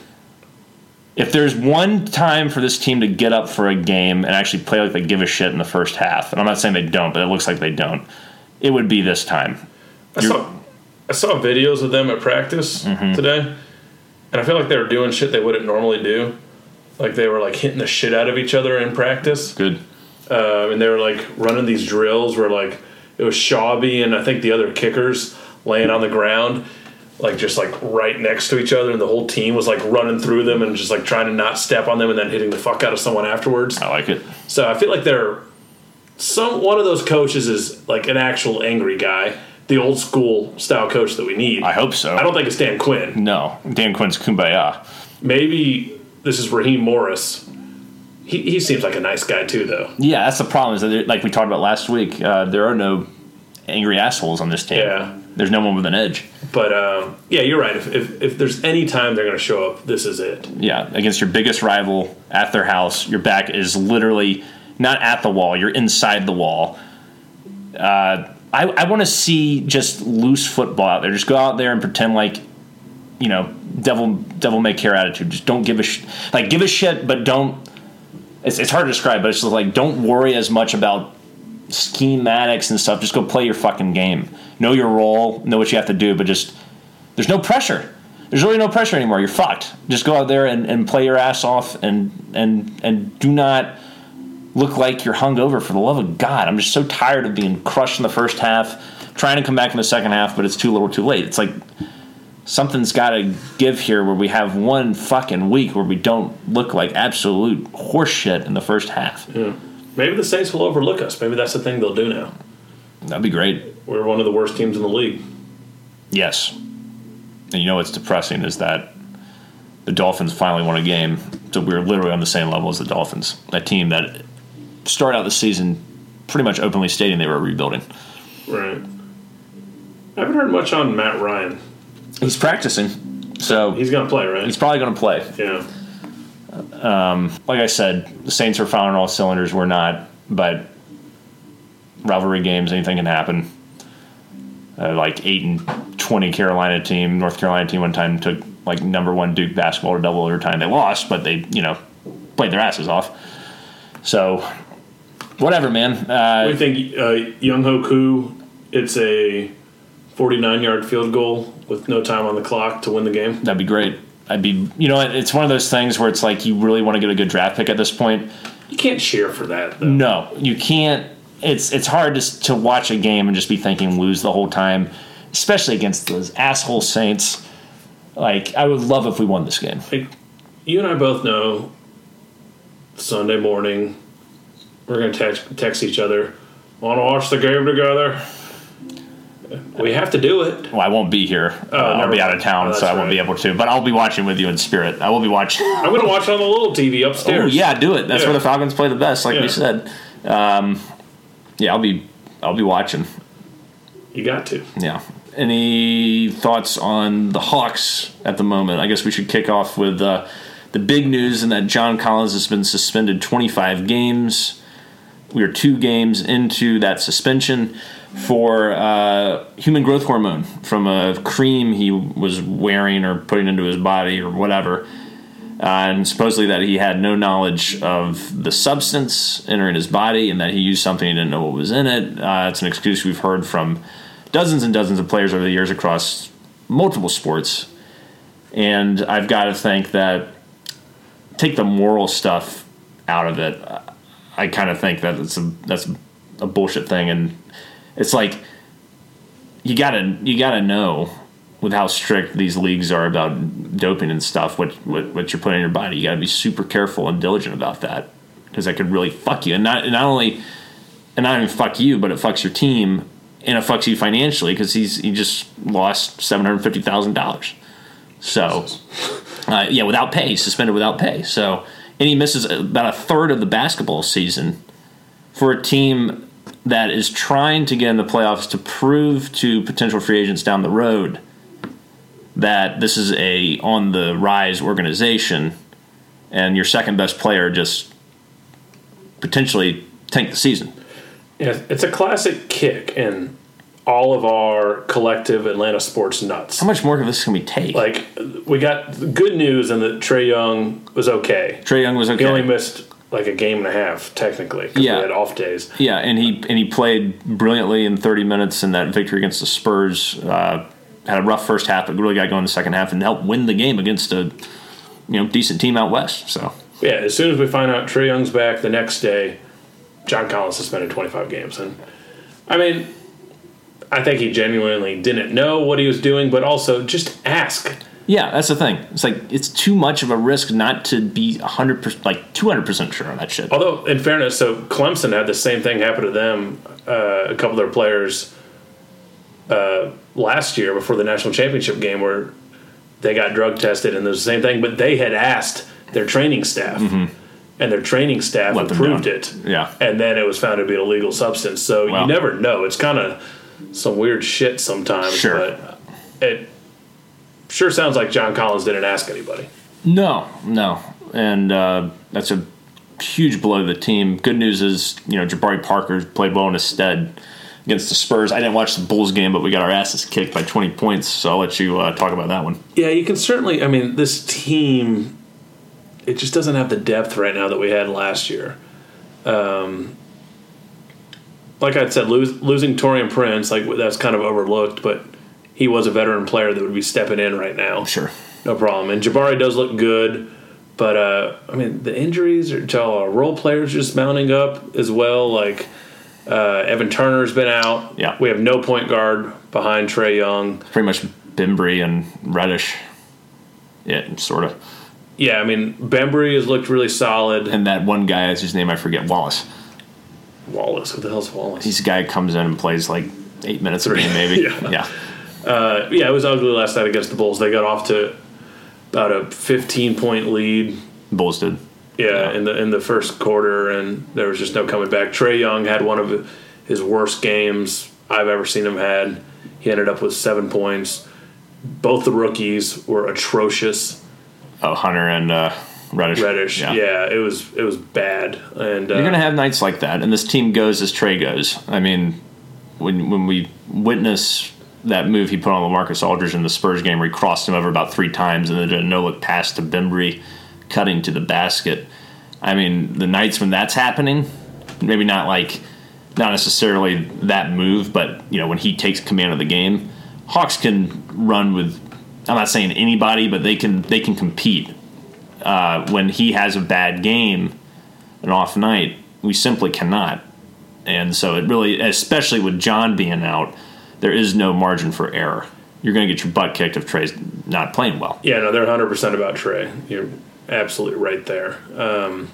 [SPEAKER 3] If there's one time for this team to get up for a game and actually play like they give a shit in the first half, and I'm not saying they don't, but it looks like they don't, it would be this time.
[SPEAKER 2] I saw, I saw videos of them at practice today, and I feel like they were doing shit they wouldn't normally do. Like they were like hitting the shit out of each other in practice,
[SPEAKER 3] Good.
[SPEAKER 2] um, and they were like running these drills where like it was Shawby and I think the other kickers laying on the ground, like just like right next to each other, and the whole team was like running through them and just like trying to not step on them and then hitting the fuck out of someone afterwards.
[SPEAKER 3] I like it.
[SPEAKER 2] So I feel like they're some one of those coaches is like an actual angry guy, the old school style coach that we need.
[SPEAKER 3] I hope so.
[SPEAKER 2] I don't think it's Dan Quinn.
[SPEAKER 3] No. Dan Quinn's kumbaya.
[SPEAKER 2] Maybe this is Raheem Morris. He, he seems like a nice guy too, though.
[SPEAKER 3] Yeah, that's the problem. Is that there- like we talked about last week, uh, there are no angry assholes on this team.
[SPEAKER 2] Yeah.
[SPEAKER 3] There's no one with an edge.
[SPEAKER 2] But um, yeah, you're right. If, if, if there's any time they're going to show up, this is it.
[SPEAKER 3] Yeah, against your biggest rival at their house, your back is literally not at the wall. You're inside the wall. Uh, I, I want to see just loose football out there. Just go out there and pretend like, you know, devil devil may care attitude. Just don't give a sh- like give a shit, but don't. It's, it's hard to describe, but it's just like don't worry as much about schematics and stuff. Just go play your fucking game. Know your role. Know what you have to do, but just there's no pressure. There's really no pressure anymore. You're fucked. Just go out there and, and play your ass off and and and do not look like you're hungover for the love of God. I'm just so tired of being crushed in the first half, trying to come back in the second half, but it's too little too late. It's like something's gotta give here where we have one fucking week where we don't look like absolute horseshit in the first half.
[SPEAKER 2] Maybe the Saints will overlook us. Maybe that's the thing they'll do now.
[SPEAKER 3] That'd be great.
[SPEAKER 2] We're one of the worst teams in the league.
[SPEAKER 3] Yes. And you know what's depressing is that the Dolphins finally won a game. So we were literally on the same level as the Dolphins, a team that started out the season pretty much openly stating they were rebuilding.
[SPEAKER 2] Right. I haven't heard much on Matt Ryan.
[SPEAKER 3] He's practicing, so
[SPEAKER 2] He's going to play, right?
[SPEAKER 3] he's probably going to play.
[SPEAKER 2] yeah.
[SPEAKER 3] Like I said, the Saints are firing on all cylinders. We're not, but rivalry games, anything can happen. Uh, like eight and twenty Carolina team, North Carolina team one time took like number one Duke basketball to double overtime. They lost, but they you know played their asses off. So whatever, man. Uh,
[SPEAKER 2] I think uh, Young Hoku, it's a 49 yard field goal with no time on the clock to win the game.
[SPEAKER 3] That'd be great. I'd be, you know, it's one of those things where it's like you really want to get a good draft pick at this point.
[SPEAKER 2] You can't cheer for that. Though.
[SPEAKER 3] No, you can't. It's it's hard just to watch a game and just be thinking lose the whole time, especially against those asshole Saints. Like I would love if we won this game.
[SPEAKER 2] Like, you and I both know Sunday morning we're going to text, text each other, want to watch the game together? We have to do it.
[SPEAKER 3] Well, I won't be here. Uh, I'll
[SPEAKER 2] never
[SPEAKER 3] be out of
[SPEAKER 2] mind.
[SPEAKER 3] town,
[SPEAKER 2] Oh,
[SPEAKER 3] so I
[SPEAKER 2] that's
[SPEAKER 3] won't
[SPEAKER 2] right.
[SPEAKER 3] be able to. But I'll be watching with you in spirit. I will be watching.
[SPEAKER 2] I'm going to watch it on the little TV
[SPEAKER 3] Oh,
[SPEAKER 2] upstairs.
[SPEAKER 3] yeah, do it. That's
[SPEAKER 2] Yeah.
[SPEAKER 3] where the Falcons play the best, like
[SPEAKER 2] Yeah.
[SPEAKER 3] we said. Um, yeah, I'll be I'll be watching.
[SPEAKER 2] You got to.
[SPEAKER 3] Yeah. Any thoughts on the Hawks at the moment? I guess we should kick off with uh, the big news in that John Collins has been suspended 25 games. We are two games into that suspension for uh, human growth hormone from a cream he was wearing or putting into his body or whatever. Uh, and supposedly that he had no knowledge of the substance entering his body and that he used something he didn't know what was in it. Uh, it's an excuse we've heard from dozens and dozens of players over the years across multiple sports. And I've got to think that take the moral stuff out of it. I kind of think that it's a that's a bullshit thing, and it's like you gotta you gotta know with how strict these leagues are about doping and stuff. What what, what you're putting in your body, you gotta be super careful and diligent about that because that could really fuck you, and not and not only and not even fuck you, but it fucks your team and it fucks you financially because he's he just lost seven hundred fifty thousand dollars. So, uh, yeah, without pay, suspended without pay. So, and he misses about a third of the basketball season for a team that is trying to get in the playoffs to prove to potential free agents down the road that this is a on the rise organization, and your second best player just potentially tank the season.
[SPEAKER 2] Yeah, it's a classic kick in all of our collective Atlanta sports nuts.
[SPEAKER 3] How much more of this can we take?
[SPEAKER 2] Like we got good news in that Trey Young was okay.
[SPEAKER 3] Trey Young was
[SPEAKER 2] He
[SPEAKER 3] okay.
[SPEAKER 2] only missed like a game and a half technically. 'cause
[SPEAKER 3] Yeah.
[SPEAKER 2] we had off days.
[SPEAKER 3] Yeah, and he and he played brilliantly in 30 minutes in that victory against the Spurs. Uh, had a rough first half, but really got going in the second half and helped win the game against a you know decent team out west. So
[SPEAKER 2] Yeah, as soon as we find out Trey Young's back the next day, John Collins suspended 25 games. And I mean, I think he genuinely didn't know what he was doing, but also just ask.
[SPEAKER 3] yeah, that's the thing. It's like it's too much of a risk not to be 100 percent like 200 percent sure on that shit.
[SPEAKER 2] Although, in fairness, so Clemson had the same thing happen to them, uh, a couple of their players uh, last year before the national championship game, where they got drug tested and it was the same thing, but they had asked their training staff, and their training staff
[SPEAKER 3] Mm-hmm. Let them
[SPEAKER 2] approved
[SPEAKER 3] down.
[SPEAKER 2] it.
[SPEAKER 3] Yeah.
[SPEAKER 2] And then it was found to be an illegal substance. So
[SPEAKER 3] Wow.
[SPEAKER 2] you never know. It's kind of some weird shit sometimes,
[SPEAKER 3] Sure.
[SPEAKER 2] but it sure sounds like John Collins didn't ask anybody.
[SPEAKER 3] No, no, and uh, that's a huge blow to the team. Good news is you know Jabari Parker played well in his stead against the Spurs. I didn't watch the Bulls game, but we got our asses kicked by 20 points. So I'll let you uh, talk about that one.
[SPEAKER 2] Yeah, you can certainly. I mean, this team, it just doesn't have the depth right now that we had last year. Um, like I said, lose, losing Torian Prince, like that's kind of overlooked, but he was a veteran player that would be stepping in right now.
[SPEAKER 3] Sure.
[SPEAKER 2] No problem. And Jabari does look good, but uh, I mean the injuries are to all our role players just mounting up as well. Like uh, Evan Turner's been out.
[SPEAKER 3] Yeah.
[SPEAKER 2] we have no point guard behind Trey Young.
[SPEAKER 3] Pretty much Bimbry and Reddish. Yeah, sort of.
[SPEAKER 2] Yeah, I mean Bembry has looked really solid.
[SPEAKER 3] And that one guy, whose name I forget, Wallace.
[SPEAKER 2] Wallace, what the hell's Wallace?
[SPEAKER 3] He's a guy who comes in and plays like eight minutes a game, maybe.
[SPEAKER 2] Yeah.
[SPEAKER 3] yeah.
[SPEAKER 2] Uh, yeah, it was ugly last night against the Bulls. They got off to about a 15 point lead.
[SPEAKER 3] Bulls did.
[SPEAKER 2] Yeah,
[SPEAKER 3] Yeah.
[SPEAKER 2] in the in the first quarter, and there was just no coming back. Trey Young had one of his worst games I've ever seen him had. He ended up with seven points. Both the rookies were atrocious.
[SPEAKER 3] Oh, Hunter and uh, Reddish.
[SPEAKER 2] Reddish, yeah, it was it was bad. And uh,
[SPEAKER 3] You're going to have nights like that, and this team goes as Trey goes. I mean, when when we witness that move he put on Lamarcus Aldridge in the Spurs game, where he crossed him over about three times and then did a no look pass to Bimbry, cutting to the basket. I mean, the nights when that's happening, maybe not like not necessarily that move, but you know when he takes command of the game. Hawks can run with. I'm not saying anybody, but they can they can compete. Uh, when he has a bad game, an off night, we simply cannot. And so it really, especially with John being out, there is no margin for error. You're going to get your butt kicked if Trey's not playing well.
[SPEAKER 2] Yeah, no, they're 100% about Trey. You're absolutely right there. Um,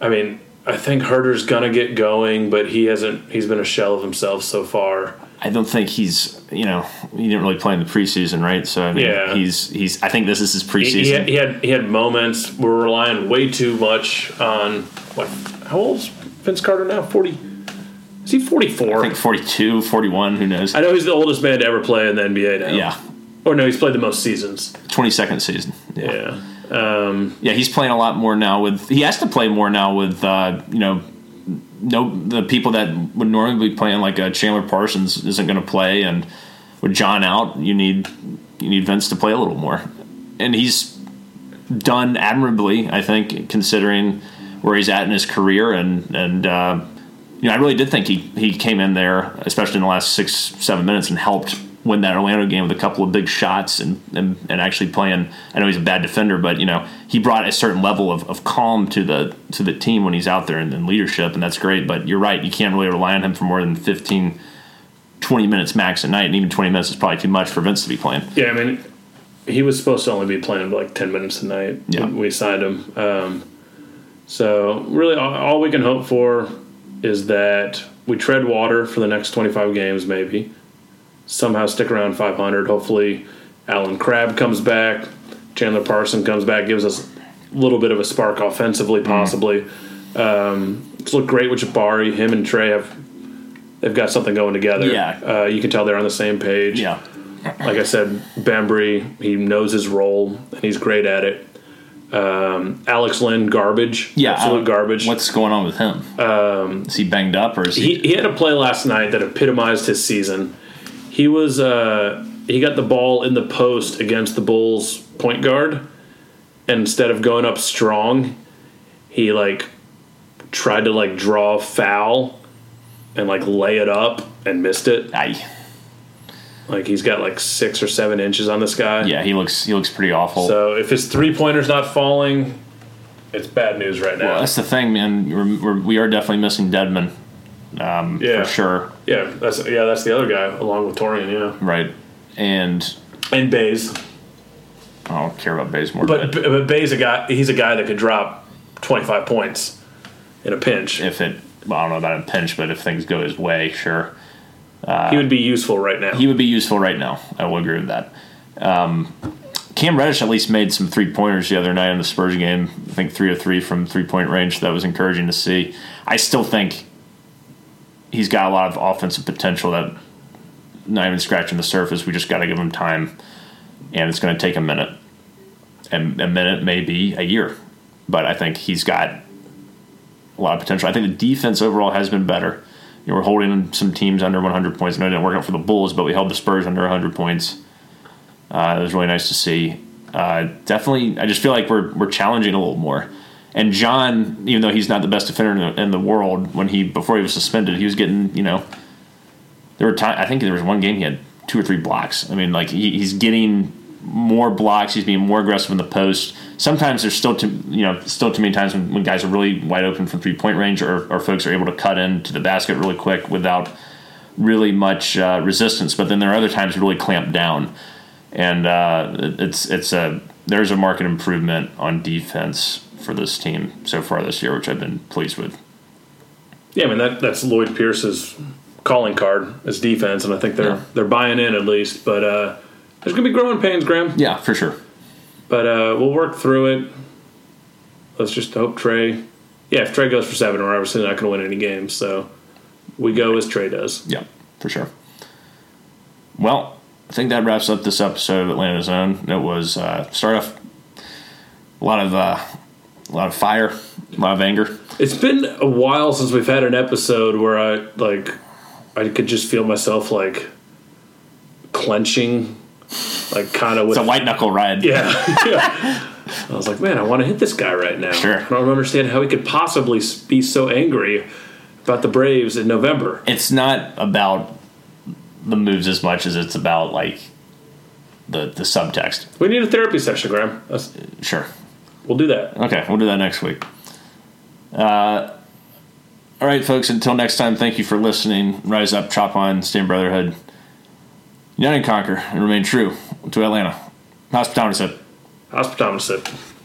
[SPEAKER 2] I mean, I think Herder's going to get going, but he hasn't, he's been a shell of himself so far.
[SPEAKER 3] I don't think he's, you know, he didn't really play in the preseason, right? So I mean,
[SPEAKER 2] Yeah.
[SPEAKER 3] he's he's. I think this is his
[SPEAKER 2] He,
[SPEAKER 3] preseason.
[SPEAKER 2] he, had, he had he had moments. We're relying way too much on what? How old's Vince Carter now? Forty? Is he forty
[SPEAKER 3] I
[SPEAKER 2] four?
[SPEAKER 3] think 42, 41, who knows?
[SPEAKER 2] I know he's the oldest man to ever play in the NBA now.
[SPEAKER 3] yeah,
[SPEAKER 2] Or no, he's played the most seasons.
[SPEAKER 3] twenty second season. Yeah. yeah,
[SPEAKER 2] Yeah. Um,
[SPEAKER 3] He's playing a lot more now. With he has to play more now with uh, you know, no the people that would normally be playing like uh, Chandler Parsons isn't going to play, and with John out, you need you need Vince to play a little more, and he's done admirably, I think, considering where he's at in his career and and. Uh, you know, I really did think he, he came in there, especially in the last six, seven minutes, and helped win that Orlando game with a couple of big shots and, and, and actually playing. I know he's a bad defender, but, you know, he brought a certain level of, of calm to the to the team when he's out there and, and leadership, and that's great. But you're right, you can't really rely on him for more than 15, 20 minutes max a night, and even 20 minutes is probably too much for Vince to be playing.
[SPEAKER 2] yeah, I mean, he was supposed to only be playing like ten minutes a night.
[SPEAKER 3] Yeah.
[SPEAKER 2] when we signed him. Um, so really, all, all we can hope for is that we tread water for the next twenty five games, maybe. Somehow stick around five hundred. Hopefully, Alan Crabb comes back. Chandler Parson comes back, gives us a little bit of a spark
[SPEAKER 3] Mm.
[SPEAKER 2] offensively, possibly. Um, it's looked great with Jabari. Him and Trey have they've got something going together.
[SPEAKER 3] Yeah.
[SPEAKER 2] uh, you can tell they're on the same page
[SPEAKER 3] Yeah.
[SPEAKER 2] like I said, Bembry, he knows his role and he's great at it. Um, Alex Lynn, garbage.
[SPEAKER 3] Yeah.
[SPEAKER 2] Absolute
[SPEAKER 3] uh,
[SPEAKER 2] garbage.
[SPEAKER 3] What's going on with him? Um, is he banged up or is he.
[SPEAKER 2] he, he had a play last night that epitomized his season. He was uh, he got the ball in the post against the Bulls point guard. And instead of going up strong, he like tried to like draw a foul and like lay it up and missed it.
[SPEAKER 3] Aye.
[SPEAKER 2] Like he's got like six or seven inches on this guy.
[SPEAKER 3] yeah, he looks he looks pretty awful.
[SPEAKER 2] So if his three pointer's not falling, it's bad news right now.
[SPEAKER 3] Well, that's the thing, man. We're, we're, we are definitely missing Deadman
[SPEAKER 2] yeah,
[SPEAKER 3] for sure,
[SPEAKER 2] Yeah, that's yeah, that's the other guy along with Torian. Yeah,
[SPEAKER 3] right? And
[SPEAKER 2] and Bays,
[SPEAKER 3] I don't care about Bazemore,
[SPEAKER 2] but
[SPEAKER 3] but,
[SPEAKER 2] but Bays a guy. He's a guy that could drop twenty five points in a pinch.
[SPEAKER 3] if it, well, I don't know about a pinch, but if things go his way, sure,
[SPEAKER 2] he would be useful right now.
[SPEAKER 3] he would be useful right now. I will agree with that. Um, Cam Reddish at least made some three pointers the other night in the Spurs game. I think three of three from three point range. That was encouraging to see. I still think he's got a lot of offensive potential that not even scratching the surface. We just got to give him time, and it's going to take a minute, and a minute may be a year, but I think he's got a lot of potential. I think the defense overall has been better. You know, we're holding some teams under 100 points. I know it didn't work out for the Bulls, but we held the Spurs under 100 points. Uh, it was really nice to see. Uh, definitely, I just feel like we're we're challenging a little more. And John, even though he's not the best defender in the, in the world, when he before he was suspended, he was getting you know there were time I think there was one game he had two or three blocks. I mean, like he, he's getting more blocks. He's being more aggressive in the post. Sometimes there's still too you know still too many times when, when guys are really wide open from three point range or, or folks are able to cut into the basket really quick without really much uh, resistance. But then there are other times really clamped down, and uh, it- it's it's a there's a market improvement on defense for this team so far this year, which I've been pleased with.
[SPEAKER 2] Yeah, I mean that that's Lloyd Pierce's calling card as defense, and I think they're
[SPEAKER 3] Yeah.
[SPEAKER 2] they're buying in at least. But uh, there's gonna be growing pains, Graham.
[SPEAKER 3] Yeah, for sure.
[SPEAKER 2] But uh, we'll work through it. Let's just hope Trey. Yeah, if Trey goes for seven, we're obviously not going to win any games. So we go as Trey does.
[SPEAKER 3] Yeah, for sure. Well, I think that wraps up this episode of Atlanta Zone. It was uh, start off a lot of uh, a lot of fire, a lot of anger.
[SPEAKER 2] It's been a while since we've had an episode where I like I could just feel myself like clenching, like kind of with
[SPEAKER 3] It's a white knuckle ride.
[SPEAKER 2] yeah. yeah. I was like, man, I want to hit this guy right now.
[SPEAKER 3] Sure.
[SPEAKER 2] I don't understand how he could possibly s- be so angry about the Braves in November.
[SPEAKER 3] It's not about the moves as much as it's about like the the subtext.
[SPEAKER 2] We need a therapy session, Graham. That's,
[SPEAKER 3] Sure.
[SPEAKER 2] we'll do that.
[SPEAKER 3] Okay, we'll do that next week. Uh, all right, folks. Until next time, thank you for listening. Rise up, chop on, stand brotherhood, unite and conquer, and remain true to Atlanta. Hospitality said.
[SPEAKER 2] Hospitometrist.